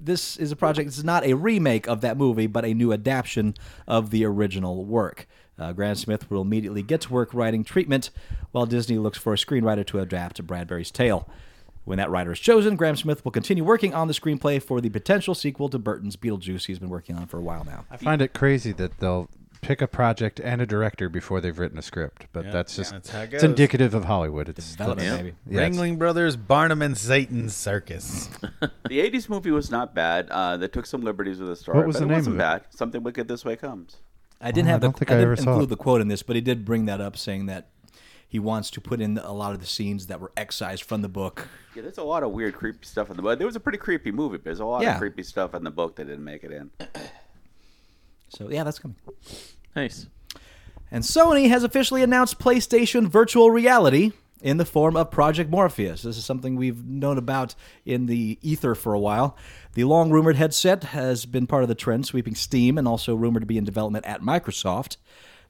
this is a project. This is not a remake of that movie, but a new adaptation of the original work. Uh, Grant Smith will immediately get to work writing treatment, while Disney looks for a screenwriter to adapt to Bradbury's tale. When that writer is chosen, Graham Smith will continue working on the screenplay for the potential sequel to Burton's Beetlejuice he's been working on for a while now.
I find it crazy that they'll pick a project and a director before they've written a script, but that's just
that's how it
it's
goes.
indicative of Hollywood. It's
Development,
that's-
baby.
yeah, it's-
Ringling Brothers, Barnum and Satan Circus.
The '80s movie was not bad. Uh, they took some liberties with the story,
What was
but
the
it
name
wasn't
of it?
bad. Something wicked this way comes.
I didn't
Oh, I
have the,
don't think
I
I
didn't
ever saw
include
it.
the quote in this, but he did bring that up, saying that he wants to put in a lot of the scenes that were excised from the book.
Yeah, there's a lot of weird, creepy stuff in the book. There was a pretty creepy movie, but there's a lot
Yeah.
of creepy stuff in the book that didn't make it in.
So yeah, that's coming.
nice.
And Sony has officially announced PlayStation virtual reality in the form of Project Morpheus. This is something we've known about in the ether for a while. The long rumored headset has been part of the trend sweeping Steam and also rumored to be in development at Microsoft.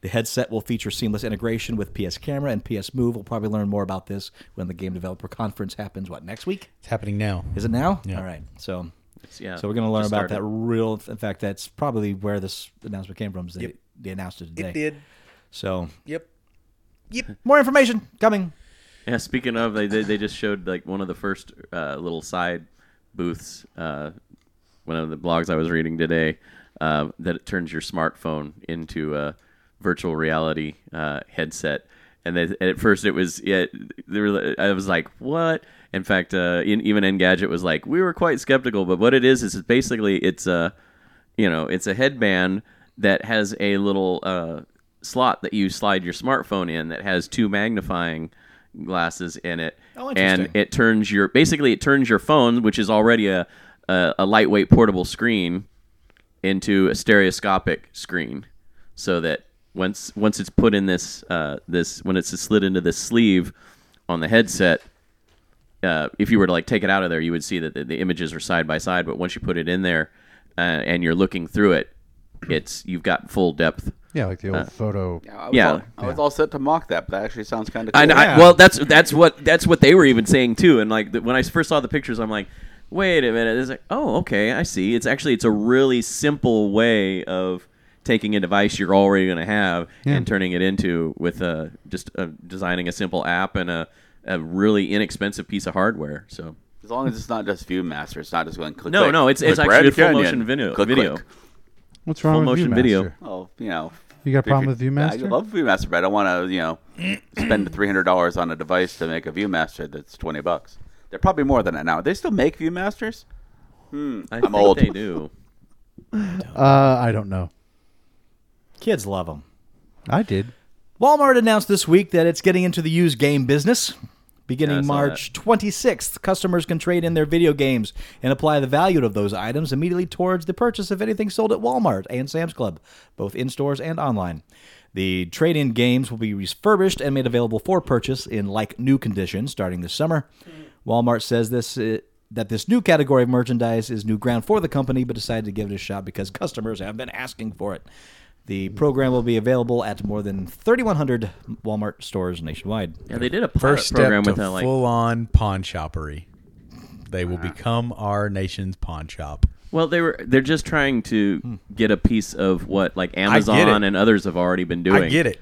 The headset will feature seamless integration with PS Camera and PS Move. We'll probably learn more about this when the Game Developer Conference happens, what, next week?
It's happening now.
Is it now? All right. So
yeah,
so we're going to learn
just
about that
started.
real. In fact, that's probably where this announcement came from. Is they, they announced it today. So
Yep.
more information coming.
Yeah, speaking of, they, they they just showed like one of the first uh, little side booths. Uh, one of the blogs I was reading today uh, that it turns your smartphone into a virtual reality uh, headset. And, they, and at first it was yeah, they were, I was like, what? In fact, uh, in, even Engadget was like, we were quite skeptical, but what it is is it's basically it's a you know it's a headband that has a little uh, slot that you slide your smartphone in that has two magnifying glasses in it
Oh,
and
interesting.
it turns your basically it turns your phone which is already a, a, a lightweight portable screen into a stereoscopic screen so that once once it's put in this uh, this when it's slid into this sleeve on the headset. Uh, if you were to like take it out of there, you would see that the, the images are side by side. But once you put it in there uh, and you're looking through it, it's you've got full depth.
Yeah, like the old photo.
I was
Yeah.
all, I was all set to mock that, but that actually sounds kind of. Cool.
I, know I, well, that's that's what that's what they were even saying too. And like the, when I first saw the pictures, I'm like, wait a minute. It's like, oh, okay, I see. It's actually it's a really simple way of taking a device you're already going to have and turning it into with uh, just uh, designing a simple app and a, a really inexpensive piece of hardware. So
as long as it's not just ViewMaster, it's not just going click.
No,
click,
no, it's-
click
it's actually
Red
full
Canyon,
motion video-
Click,
video.
click.
What's wrong
Full
with
motion
Viewmaster?
video.
Well, you know,
You got a
if
problem
you-
with
I
ViewMaster?
love ViewMaster, but I don't want to, you know, spend three hundred dollars on a device to make a ViewMaster that's twenty bucks. They're probably more than that now. They still make ViewMasters.
I
I'm old.
They do.
Uh, I don't know.
Kids love them.
I did.
Walmart announced this week that it's getting into the used game business. Beginning
Yeah, I saw
March 26th, customers can trade in their video games and apply the value of those items immediately towards the purchase of anything sold at Walmart and Sam's Club, both in stores and online. The trade in games will be refurbished and made available for purchase in like new condition starting this summer. Walmart says this. uh, that this new category of merchandise is new ground for the company, but decided to give it a shot because customers have been asking for it. The program will be available at more than 3,100 Walmart stores nationwide.
Yeah, they did a pilot
First step
program
to
with a, like.
full on pawn shoppery. They will become our nation's pawn shop.
Well, they were they're just trying
Hmm.
to get a piece of what like Amazon and others have already been doing.
I get it.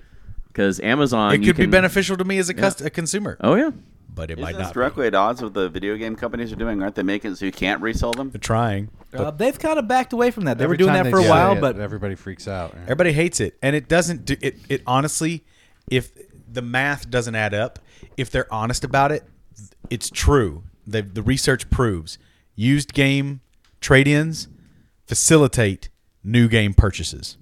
because Amazon
It
you
could be
can-
beneficial to me as a, cust- a consumer,
Oh yeah,
but it
Isn't
might
this
not. be.
directly at odds with the video game companies are doing? Aren't they making it so you can't resell them?
They're trying.
Uh, they've kind of backed away from that. They were
Every
doing
time
that
they
for a
say
while,
it,
but
everybody freaks out.
Everybody hates it, and it doesn't do it. It honestly, if the math doesn't add up, if they're honest about it, it's true. The the research proves used game trade-ins facilitate new game purchases.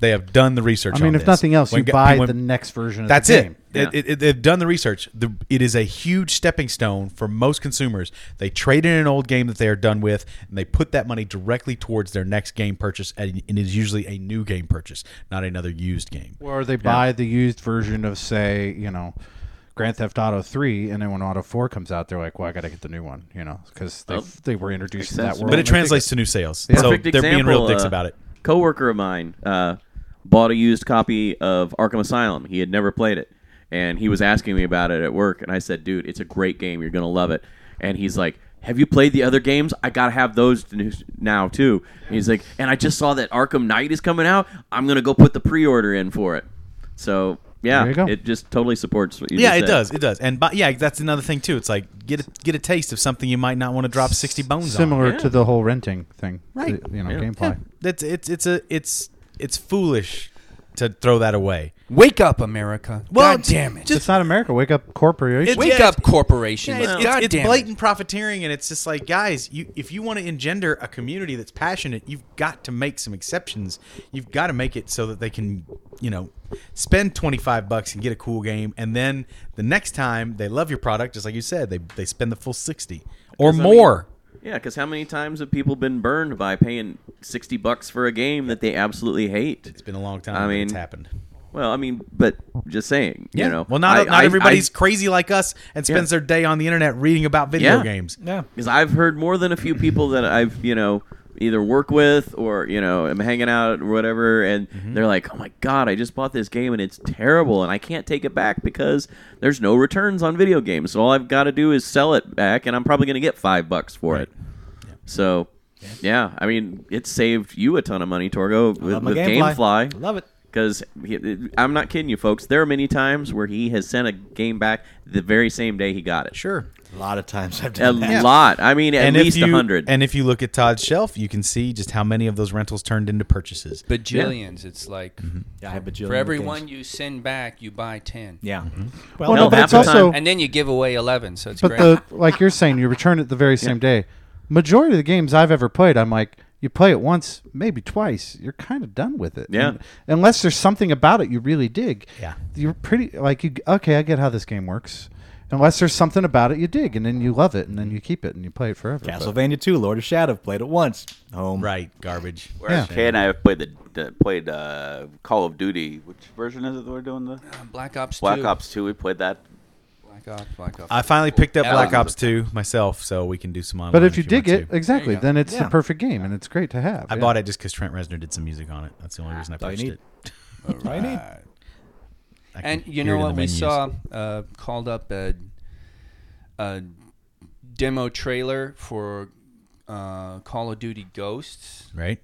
They have done the research.
I
on
mean, if
this.
nothing else,
When
you
ga-
buy
when-
the next version of
That's
the game.
it. It- it- They've done the research. The, it is a huge stepping stone for most consumers. They trade in an old game that they are done with, and they put that money directly towards their next game purchase, and it is usually a new game purchase, not another used game.
Or they buy the used version of, say, you know, Grand Theft Auto 3, and then when Auto 4 comes out, they're like, well, I got to get the new one, you know, because they, they were introduced to that
sense.
world.
But it
and they think
translates to new sales, so
perfect
they're being
example,
real dicks
uh,
about it.
Coworker of mine uh, bought a used copy of Arkham Asylum. He had never played it, and he was asking me about it at work. And I said, "Dude, it's a great game. You're gonna love it." And he's like, "Have you played the other games? I gotta have those n- now too." And he's like, "And I just saw that Arkham Knight is coming out. I'm gonna go put the pre-order in for it." So yeah,
There you go.
it just totally supports what you
Yeah,
just
it
said.
does. It does. And but yeah, that's another thing too. It's like get a, get a taste of something you might not want to drop sixty bones on.
Similar to the whole renting thing.
Right.
the- you know,
Yeah.
gameplay.
That's it's it's a it's it's foolish to throw that away.
Wake up, America!
Well,
God damn it!
It's not America. Wake up corporation.
It's-
Wake
yeah,
up, corporations!
Yeah, it's,
God
it's, it's
damn
blatant
it!
profiteering, and it's just like, guys, you if you want to engender a community that's passionate, you've got to make some exceptions. You've got to make it so that they can, you know, spend twenty five bucks and get a cool game, and then the next time they love your product, just like you said, they they spend the full sixty or
mean-
more.
Yeah, because how many times have people been burned by paying sixty bucks for a game that they absolutely hate?
it's been a long time.
I
that
mean,
it's happened.
Well, I mean, but just saying,
Yeah.
you know.
well, not
I-
not
I-
everybody's
I,
crazy like us and spends their day on the internet reading about video
Yeah.
games.
yeah.
because I've heard more than a few people that I've you know either work with or you know am hanging out or whatever, and
Mm-hmm.
they're like, "Oh my god, I just bought this game and it's terrible, and I can't take it back because there's no returns on video games. So all I've got to do is sell it back, and I'm probably going to get five bucks for it." So. Yeah, I mean, it saved you a ton of money, Torgo, with,
Love my
with
Gamefly.
GameFly.
Love it.
Because I'm not kidding you, folks. There are many times where he has sent a game back the very same day he got it.
Sure.
A lot of times I've
A
done that.
lot. I mean, at least
if
a
you,
hundred.
And if you look at Todd's shelf, you can see just how many of those rentals turned into purchases.
Bajillions. It's like
Yeah, I have a bajillion
for everyone
games.
you send back, you buy ten,
Yeah.
Well,
no,
Oh, no, but
half
it's
the time-
also,
and then you give away eleven. So it's
but
great.
the like you're saying, you return it the very same day. Majority of the games I've ever played, I'm like, you play it once, maybe twice, you're kind of done with it.
Yeah.
And- unless there's something about it you really dig.
Yeah.
You're pretty like you. Okay, I get how this game works, Unless there's something about it you dig, and then you love it, and then you keep it, and you play it forever. but-
Castlevania 2, Lord of Shadow, played it once. Home.
Right, garbage.
Whereas
Yeah.
Kay and I have played the, the played uh, Call of Duty. Which version is it that we're doing? The
Uh, Black Ops
Black
2.
Ops Two. We played that.
Black Ops. Black Ops.
I finally picked up
Yeah,
Black
that
Ops
was
2 myself, so we can do some online.
But if you, dig
want
it,
to.
exactly,
go.
then it's
Yeah.
the perfect game, and it's great to have.
I bought it just because Trent Reznor did some music on it. That's the only reason I
all you
purchased
need.
it.
Right.
I can
And you
hear
know
it in the
what? We
menus.
saw uh, called up a, a demo trailer for uh, Call of Duty Ghosts.
right?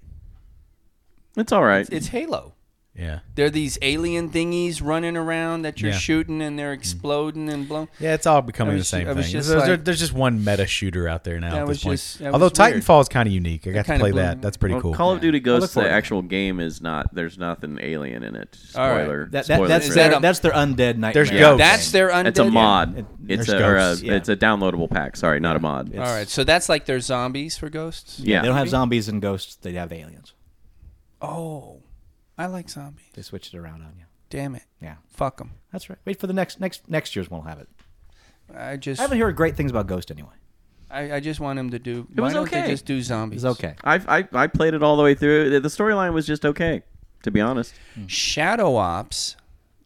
It's all right.
It's Halo.
Yeah,
They're these alien thingies running around that you're
Yeah. Mm.
shooting and they're exploding and blowing.
yeah. It's all becoming
I
the
was
same
ju- I was
thing.
just
there's,
like-
there's just one meta shooter out there now.
That
at
was
this point.
just- that
Although
was weird.
Titanfall is kind of unique. I got to
kinda
play
blew
that.
me-
That's pretty
Well,
cool.
Call of Duty Ghosts,
forward
the
to it.
actual game is not. There's nothing alien in it.
All right.
Spoiler.
That, that,
spoiler
that's,
Is
alert.
that
their,
a-
that's their undead nightmare.
There's ghosts.
That's their undead.
It's a mod. it's
There's
a, or a-
ghosts,
yeah.
it's a downloadable pack. Sorry, not a mod.
All right, so that's like their zombies for ghosts.
yeah.
They don't have zombies and ghosts. They have aliens.
Oh, I like zombies.
They switched it around on you.
Damn it,
Yeah,
fuck them.
that's right. Wait for the next next next year's. Won't have it.
I just
I haven't heard great things about Ghost anyway.
I, I just want him to do.
It
why
was
don't they
okay.
just do zombies?
It's okay.
I, I I played it all the way through. The- The storyline was just okay, to be honest.
Shadow Ops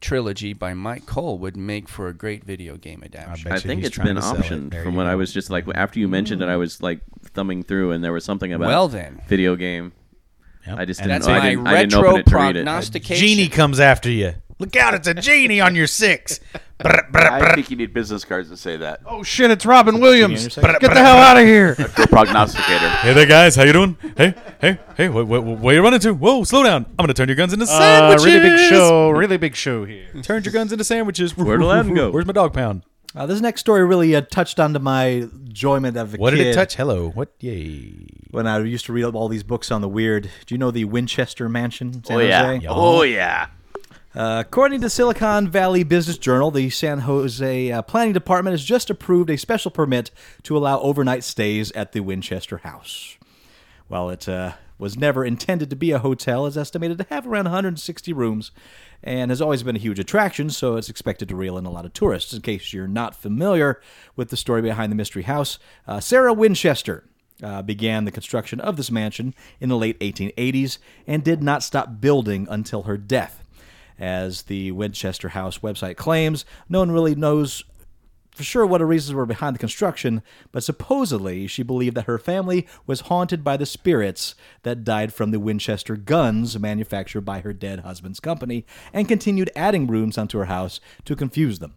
trilogy by Mike Cole would make for a great video game adaptation.
bet.
I
Actually,
think
he's
it's
trying
been
to sell it.
optioned
There
from
you
when
go.
I was just like after you mentioned it, I was like thumbing through and there was something about
Well then.
video game.
Yep.
I just
And
didn't.
That's
I
my
didn't, I didn't
retro
open it to read it.
prognostication.
Genie comes after you. Look out! It's a genie on your six. Brr, brr,
I think you need business cards to say that.
Oh shit! It's Robin Williams.
Can you
Get the hell out of here.
You're a prognosticator.
Hey there, guys. How you doing? Hey, hey, hey. Wh- wh- where you running to? Whoa, slow down. I'm gonna turn your guns into
Uh,
sandwiches.
really big show. Really big show here.
Turn your guns into sandwiches.
Where'd Aladdin go?
Where's my dog pound?
Uh, this next story really uh, touched onto my enjoyment of a
What
kid.
did it touch? Hello. What? Yay.
When I used to read up all these books on the weird. Do you know the Winchester Mansion? in San
Oh yeah.
Jose?
Oh yeah.
According to Silicon Valley Business Journal, the San Jose uh, Planning Department has just approved a special permit to allow overnight stays at the Winchester House. While it uh, was never intended to be a hotel, it's estimated to have around 160 rooms and has always been a huge attraction, so it's expected to reel in a lot of tourists. In case you're not familiar with the story behind the Mystery House, uh, Sarah Winchester. Uh, began the construction of this mansion in the late 1880s and did not stop building until her death. As the Winchester House website claims, no one really knows for sure what her reasons were behind the construction, but supposedly she believed that her family was haunted by the spirits that died from the Winchester guns manufactured by her dead husband's company and continued adding rooms onto her house to confuse them.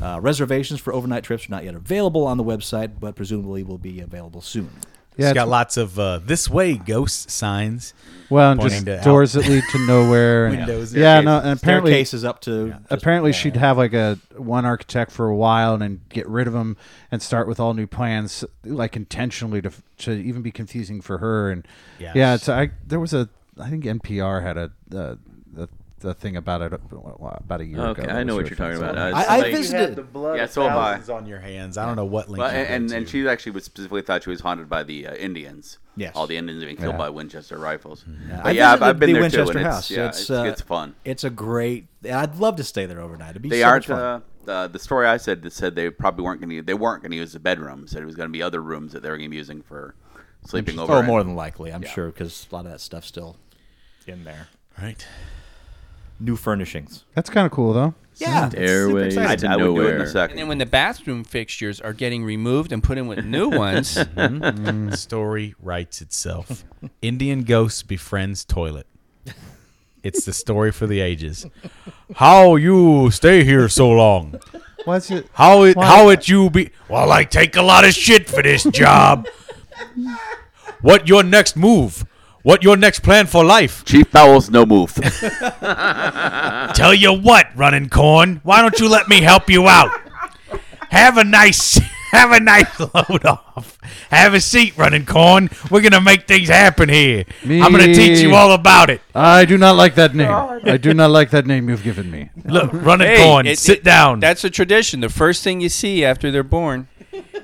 Uh, reservations for overnight trips are not yet available on the website, but presumably will be available soon.
it's
Yeah,
got
it's-
lots of uh, this way ghost signs.
Well, and
Pointing
just
to out.
doors that lead to nowhere. and-
Windows,
Yeah, no, and apparently
Staircases up to. just-
apparently she'd have like a one architect for a while and then get rid of him and start with all new plans like intentionally to to even be confusing for her and
Yes.
yeah it's i there was a i think npr had a uh, the, the thing about it uh, about a year
Okay,
ago
I know what you're talking about. Uh, it's
I, I
Like-
visited.
blood
Yeah, of so am I. thousands
on your hands. I don't know what link.
Well, and, and and she actually was specifically thought she was haunted by the uh, Indians.
Yes. Mm-hmm.
All the Indians being killed by Winchester rifles. Yeah,
I
but yeah I've,
visited
I've been
the
there
Winchester
too, and
House.
it's, yeah, it's,
uh,
it's fun.
It's a great. I'd love to stay there overnight. It'd be
They
so much fun.
aren't. Uh, uh, the story I said that said they probably weren't going to. They weren't going to use the bedrooms. That it was going to be other rooms that they were going to be using for sleeping over.
Oh,
in.
more than likely, I'm sure, because a lot of that stuff's still in there.
right.
New furnishings.
that's kind of cool though
Yeah,
Airways
I,
to
I would do it in
nowhere.
a second.
And then when the bathroom fixtures are getting removed and put in with new ones,
The story writes itself. Indian ghost befriends toilet. It's the story for the ages. How you stay here so long?
what's it
How it how it you be? Well, I take a lot of shit for this job. what your next move? What your next plan for life?
Cheap bowels, no move.
Tell you what, running corn, why don't you let me help you out? Have a nice have a nice load off. Have a seat, running corn. We're gonna make things happen here. I'm gonna teach you
Me.
all about it.
i do not like that name i do not like that name you've given me
Look, running
Hey,
corn,
it-
sit
it-
down.
that's a tradition. The first thing you see after they're born.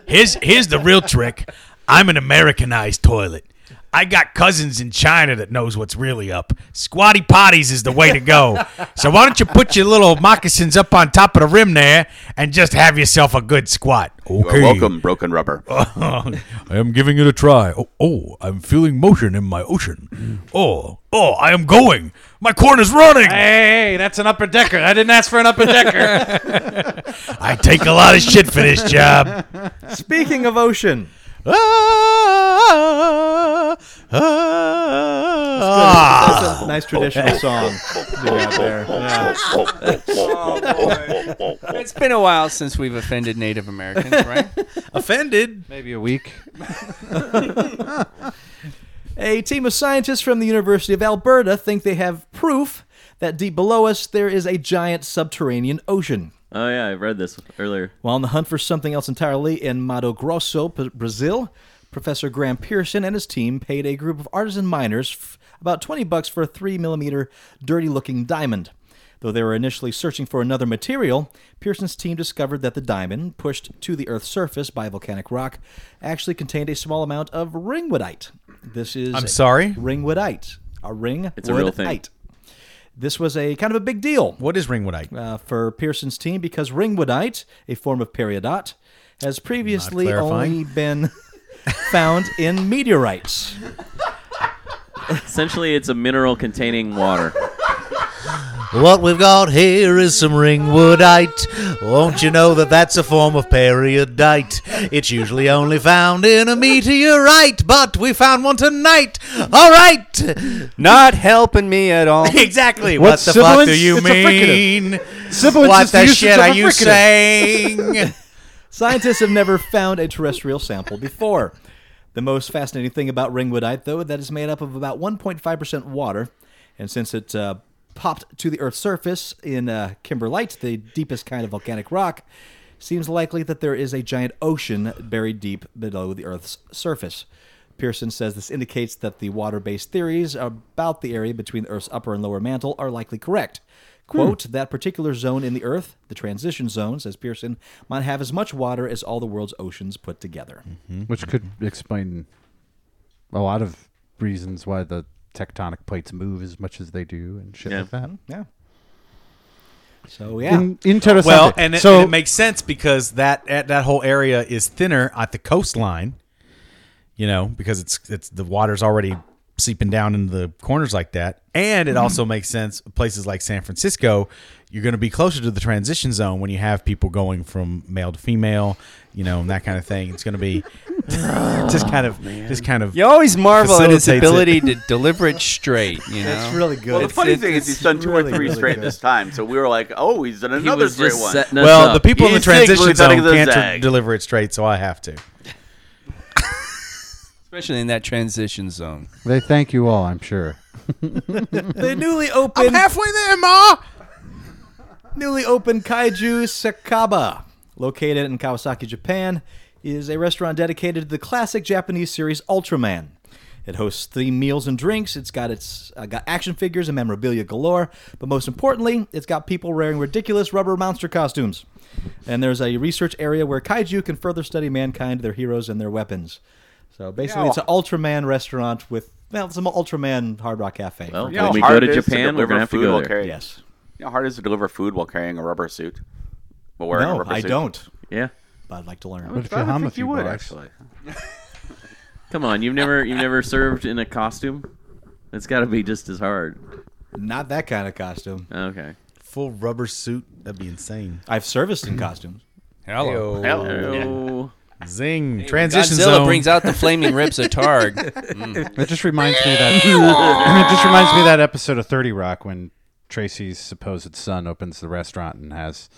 here's here's the real trick. I'm an Americanized toilet. I got cousins in China that knows what's really up. Squatty potties is the way to go. so why don't you put your little moccasins up on top of the rim there and just have yourself a good squat?
You are welcome, broken rubber.
Oh.
I am giving it a try. Oh, oh, I'm feeling motion in my ocean. Oh, oh, I am going. My corn is running.
Hey, that's an upper decker. I didn't ask for an upper decker.
I take a lot of shit for this job.
Speaking of ocean,
Ah, ah,
that's a nice traditional song. you got there. Yeah.
It's been a while since we've offended Native Americans, right?
offended.
Maybe a week.
A team of scientists from the University of Alberta think they have proof that deep below us there is a giant subterranean ocean.
Oh yeah, I read this earlier.
While on the hunt for something else entirely in Mato Grosso, P- Brazil, Professor Graham Pearson and his team paid a group of artisan miners f- about 20 bucks for a 3 millimeter dirty looking diamond. Though they were initially searching for another material, Pearson's team discovered that the diamond, pushed to the Earth's surface by volcanic rock, actually contained a small amount of ringwoodite. This is
I'm sorry?
ringwoodite. A ring.
It's a real thing.
This was a kind of a big deal
What is ringwoodite?
uh, for Pearson's team because ringwoodite, a form of periodot, has previously
clarifying.
only been found in meteorites.
Essentially, it's a mineral containing water.
What we've got here is some ringwoodite. Won't you know that that's a form of periodite? It's usually only found in a meteorite, but we found one tonight. All right.
Not helping me at all.
Exactly.
What
what the fuck do
sibilance?
you
It's a fricative.
mean?
Sibilance
what
is the
the
usage
shit
of a
are you
fricative.
saying?
Scientists have never found a terrestrial sample before. The most fascinating thing about ringwoodite, though, that is made up of about 1.5% water, and since it uh, popped to the Earth's surface in uh, kimberlite, the deepest kind of volcanic rock, seems likely that there is a giant ocean buried deep below the Earth's surface. Pearson says this indicates that the water-based theories about the area between the Earth's upper and lower mantle are likely correct. Quote, that particular zone in the Earth, the transition zone, says Pearson, might have as much water as all the world's oceans put together.
Which could explain a lot of reasons why the tectonic plates move as much as they do and shit
Yeah.
like that.
Yeah. So, yeah.
In, interesting.
Well, and it,
so
and it makes sense because that that that whole area is thinner at the coastline. You know, because it's it's the water's already seeping down into the corners like that, and it also makes sense places like San Francisco. You're going to be closer to the transition zone when you have people going from male to female, you know, and that kind of thing. It's going to be just kind of just kind of
You always marvel at his ability
Facilitates
to deliver it straight. You know,
it's really good.
Well, the funny
it's-
thing is
it's
he's done two or
really,
three
really
straight
good.
this time, so we were like, "Oh, he's done
He
another
was
straight
just
one."
setting us
well,
up.
the people in the
He's thinking
transition
we're cutting
zone
the
can't
zag.
deliver it straight, so I have to.
especially in that transition zone.
they thank you all, I'm sure.
the newly opened,
Halfway there, ma.
newly opened Kaiju Sakaba, located in Kawasaki, Japan, is a restaurant dedicated to the classic Japanese series Ultraman. It hosts theme meals and drinks. It's got its uh, got action figures and memorabilia galore, but most importantly, it's got people wearing ridiculous rubber monster costumes. And there's a research area where kaiju can further study mankind, their heroes, and their weapons. So basically, it's an Ultraman restaurant with well, it's an Ultraman Hard Rock Cafe.
Well,
You know
when we
how
go
hard
to
it is
Japan,
deliver
we're gonna have to
food
go
while
there.
carrying-
yes.
You know how hard it is to deliver food while carrying a rubber suit? Well, wearing a
No,
rubber
I
suit.
don't.
yeah.
But I'd like to
But
learn.
if you hum a few bars-
Come on, you've never you've never served in a costume. It's got to be just as hard.
Not that kind of costume.
Okay.
Full rubber suit. That'd be insane.
I've serviced in costumes.
Hello.
Oh,
Zing. Transition
Godzilla
zone.
brings out the flaming ribs of Targ.
It just reminds me that it just reminds me of that episode of Thirty Rock when Tracy's supposed son opens the restaurant and has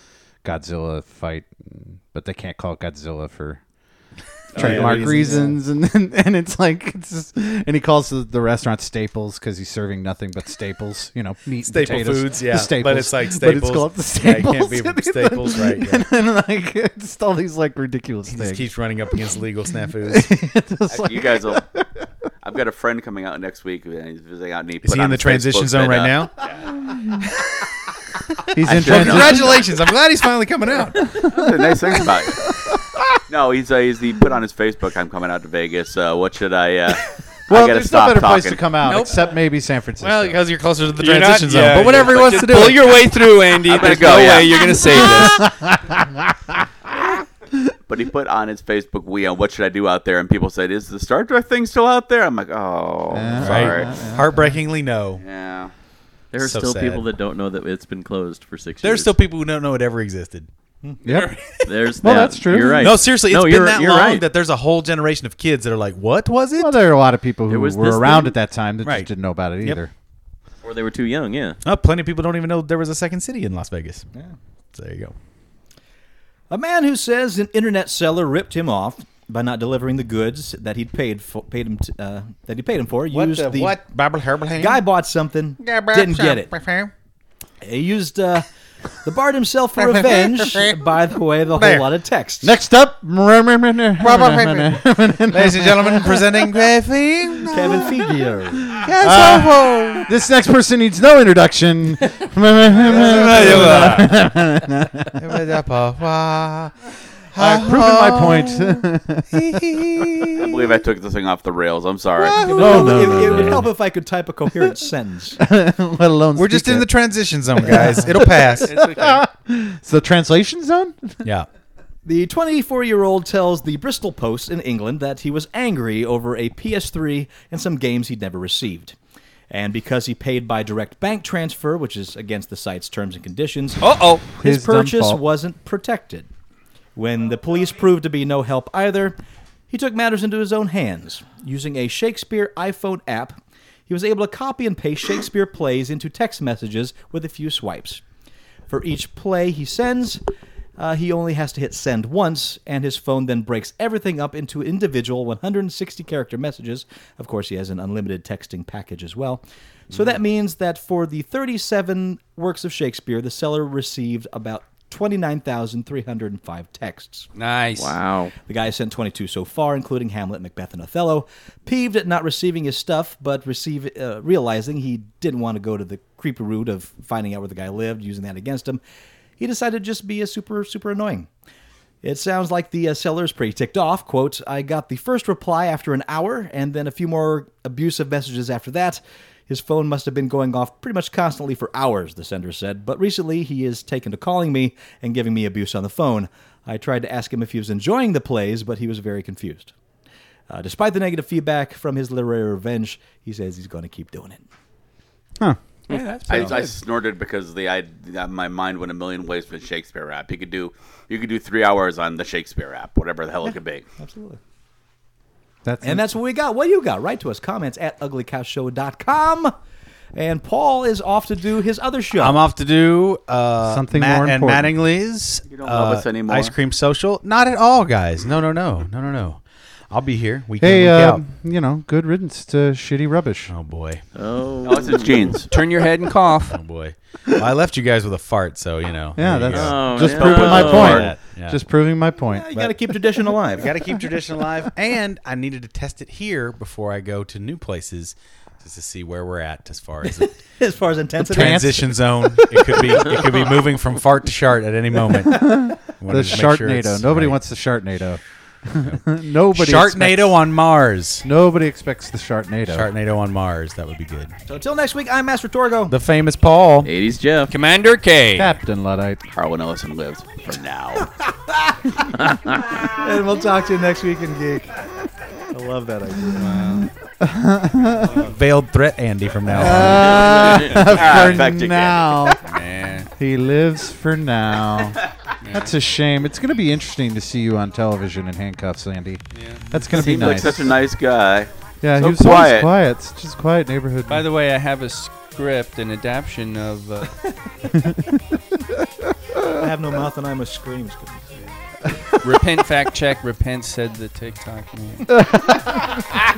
Godzilla fight, but they can't call it Godzilla for
Oh,
trademark reasons, and then, and it's like it's just, and he calls the, the restaurant Staples because he's serving nothing but staples, you know, meat, and
Staple
potatoes,
foods,
the
yeah. But
staples,
it's like
but it's
Staples.
called the
Yeah, it
Staples,
can't be
and
Staples,
then-
right, yeah.
And then like it's just all these like ridiculous
Just
things.
keeps running up against legal snafus.
It's like-
You guys will. I've got a friend coming out next week. and He's visiting out. And he
Is he in the transition zone right now?
he's in
don't know.
transition.
Congratulations! I'm glad he's finally coming out.
That's the nice thing about it. No, he's uh, he's he put on his Facebook. I'm coming out to Vegas. Uh, what should I? Uh, I
Well,
gotta
there's no
stop
better
talking.
place to come out
Nope.
except maybe San Francisco.
Well, because you're closer to the
You're not-
transition zone.
yeah,
but whatever he
yeah.
wants to do,
Pull your way through, Andy.
gonna
There's
go,
no
yeah.
way you're going to save this.
But he put on his Facebook Wii on what should I do out there, and people said, "Is the Star Trek thing still out there?" I'm like, "Oh, I'm sorry."
Right? Heartbreakingly, no.
Yeah.
There are
So
still
sad.
people that don't know that it's been closed for six
There's
years.
still people who don't know it ever existed.
Yep.
There's
Well,
that.
that's true.
You're right.
No, seriously, it's
No,
been
you're-
that
you're
long
right.
that there's a whole generation of kids that are like, "What was it?"
well, there are a lot of people who
There was
were
this
around
thing.
at that time that
Right.
just didn't know about it
Yep.
either.
or they were too young. Yeah.
Oh, plenty of people don't even know there was a second city in Las Vegas. Yeah. So there you go.
A man who says an internet seller ripped him off by not delivering the goods that he'd paid for, paid him t uh, that he paid him for. used
Bible Herbal Hand?
guy bought something, didn't get it. He used uh, the bard himself for revenge. by the way, the whole
There.
lot of texts.
Next up,
Ladies and gentlemen, presenting Graphene.
Kevin Feige.
this next person needs Uh, no introduction. I've proven my
Uh-huh.
point.
I believe I took this thing off the rails. I'm sorry.
no, Oh, no,
it,
no,
it would
no.
help if I could type a coherent sentence.
Let alone
We're just
speak
in the
it.
transition zone, guys. It'll pass.
It's the translation zone.
yeah.
The 24 year old tells the Bristol Post in England that he was angry over a PS3 and some games he'd never received. And because he paid by direct bank transfer, which is against the site's terms and conditions,
Uh oh.
his
His dumb
purchase
fault.
wasn't protected. When the police proved to be no help either, he took matters into his own hands. Using a Shakespeare iPhone app, he was able to copy and paste Shakespeare plays into text messages with a few swipes. For each play he sends, uh, he only has to hit send once, and his phone then breaks everything up into individual 160 character messages. Of course, he has an unlimited texting package as well. So that means that for the 37 works of Shakespeare, the seller received about 29,305 texts.
Nice.
Wow.
The guy has sent 22 so far, including Hamlet, Macbeth, and Othello. Peeved at not receiving his stuff, but receive, uh, realizing he didn't want to go to the creepy route of finding out where the guy lived, using that against him, he decided to just be a super, super annoying. It sounds like the uh, seller's pretty ticked off. Quote, I got the first reply after an hour and then a few more abusive messages after that. His phone must have been going off pretty much constantly for hours, the sender said, but recently he is taken to calling me and giving me abuse on the phone. I tried to ask him if he was enjoying the plays, but he was very confused. Uh, despite the negative feedback from his literary revenge, he says he's going to keep doing it.
Yeah, that's
I,
pretty
I
good.
snorted because the I my mind went a million ways with Shakespeare app. You could do you could do three hours on the Shakespeare app, whatever the hell it could be.
Absolutely.
That's
And that's what we got. What you got? Write to us. Comments at uglycouchshow.com. And Paul is off to do his other show.
I'm off to do uh,
Something
Matt
more
and
important.
Mattingly's
You don't love
uh,
us anymore.
Ice cream social? Not at all, guys. No, no, no, no, no, no. I'll be here. Week in,
hey,
week
uh,
out.
you know, good riddance to shitty rubbish.
Oh boy,
Oh.
Unless it's jeans.
Turn your head and cough.
oh boy. Well, I left you guys with a fart, so you know.
Yeah,
there you
that's
go.
Oh,
just
yeah.
proving my
Oh.
point.
Yeah.
Just proving my point.
you got to keep tradition alive.
Got to keep tradition
Uh.
alive, and I needed to test it here before I go to new places, just to see where we're at as far as the
as far as intensity.
Trans-
transition zone. It could be it could be moving from fart to shart at any moment.
the Sharknado. Nobody wants the Sharknado. Nobody. expects-
Sharknado on Mars.
Nobody expects the Sharknado.
Sharknado on Mars. That would be good.
So until next week, I'm Master Torgo.
The famous Paul.
80s Jeff.
Commander K.
Captain Luddite.
Harlan Ellison lives for now.
And we'll talk to you next week in Geek. I love that idea.
veiled threat Andy from now on.
Ah,
for
fact check
now. he lives for now. That's a shame. It's going to be interesting to see you on television in handcuffs, Andy. That's going to be
Seems like
nice.
such a nice guy.
yeah,
so
he was always
quiet.
quiet. Such a quiet neighborhood.
By the way, I have a script, an adaptation of. Uh,
I have no mouth and I'm a scream.
repent fact check repent said the tiktok man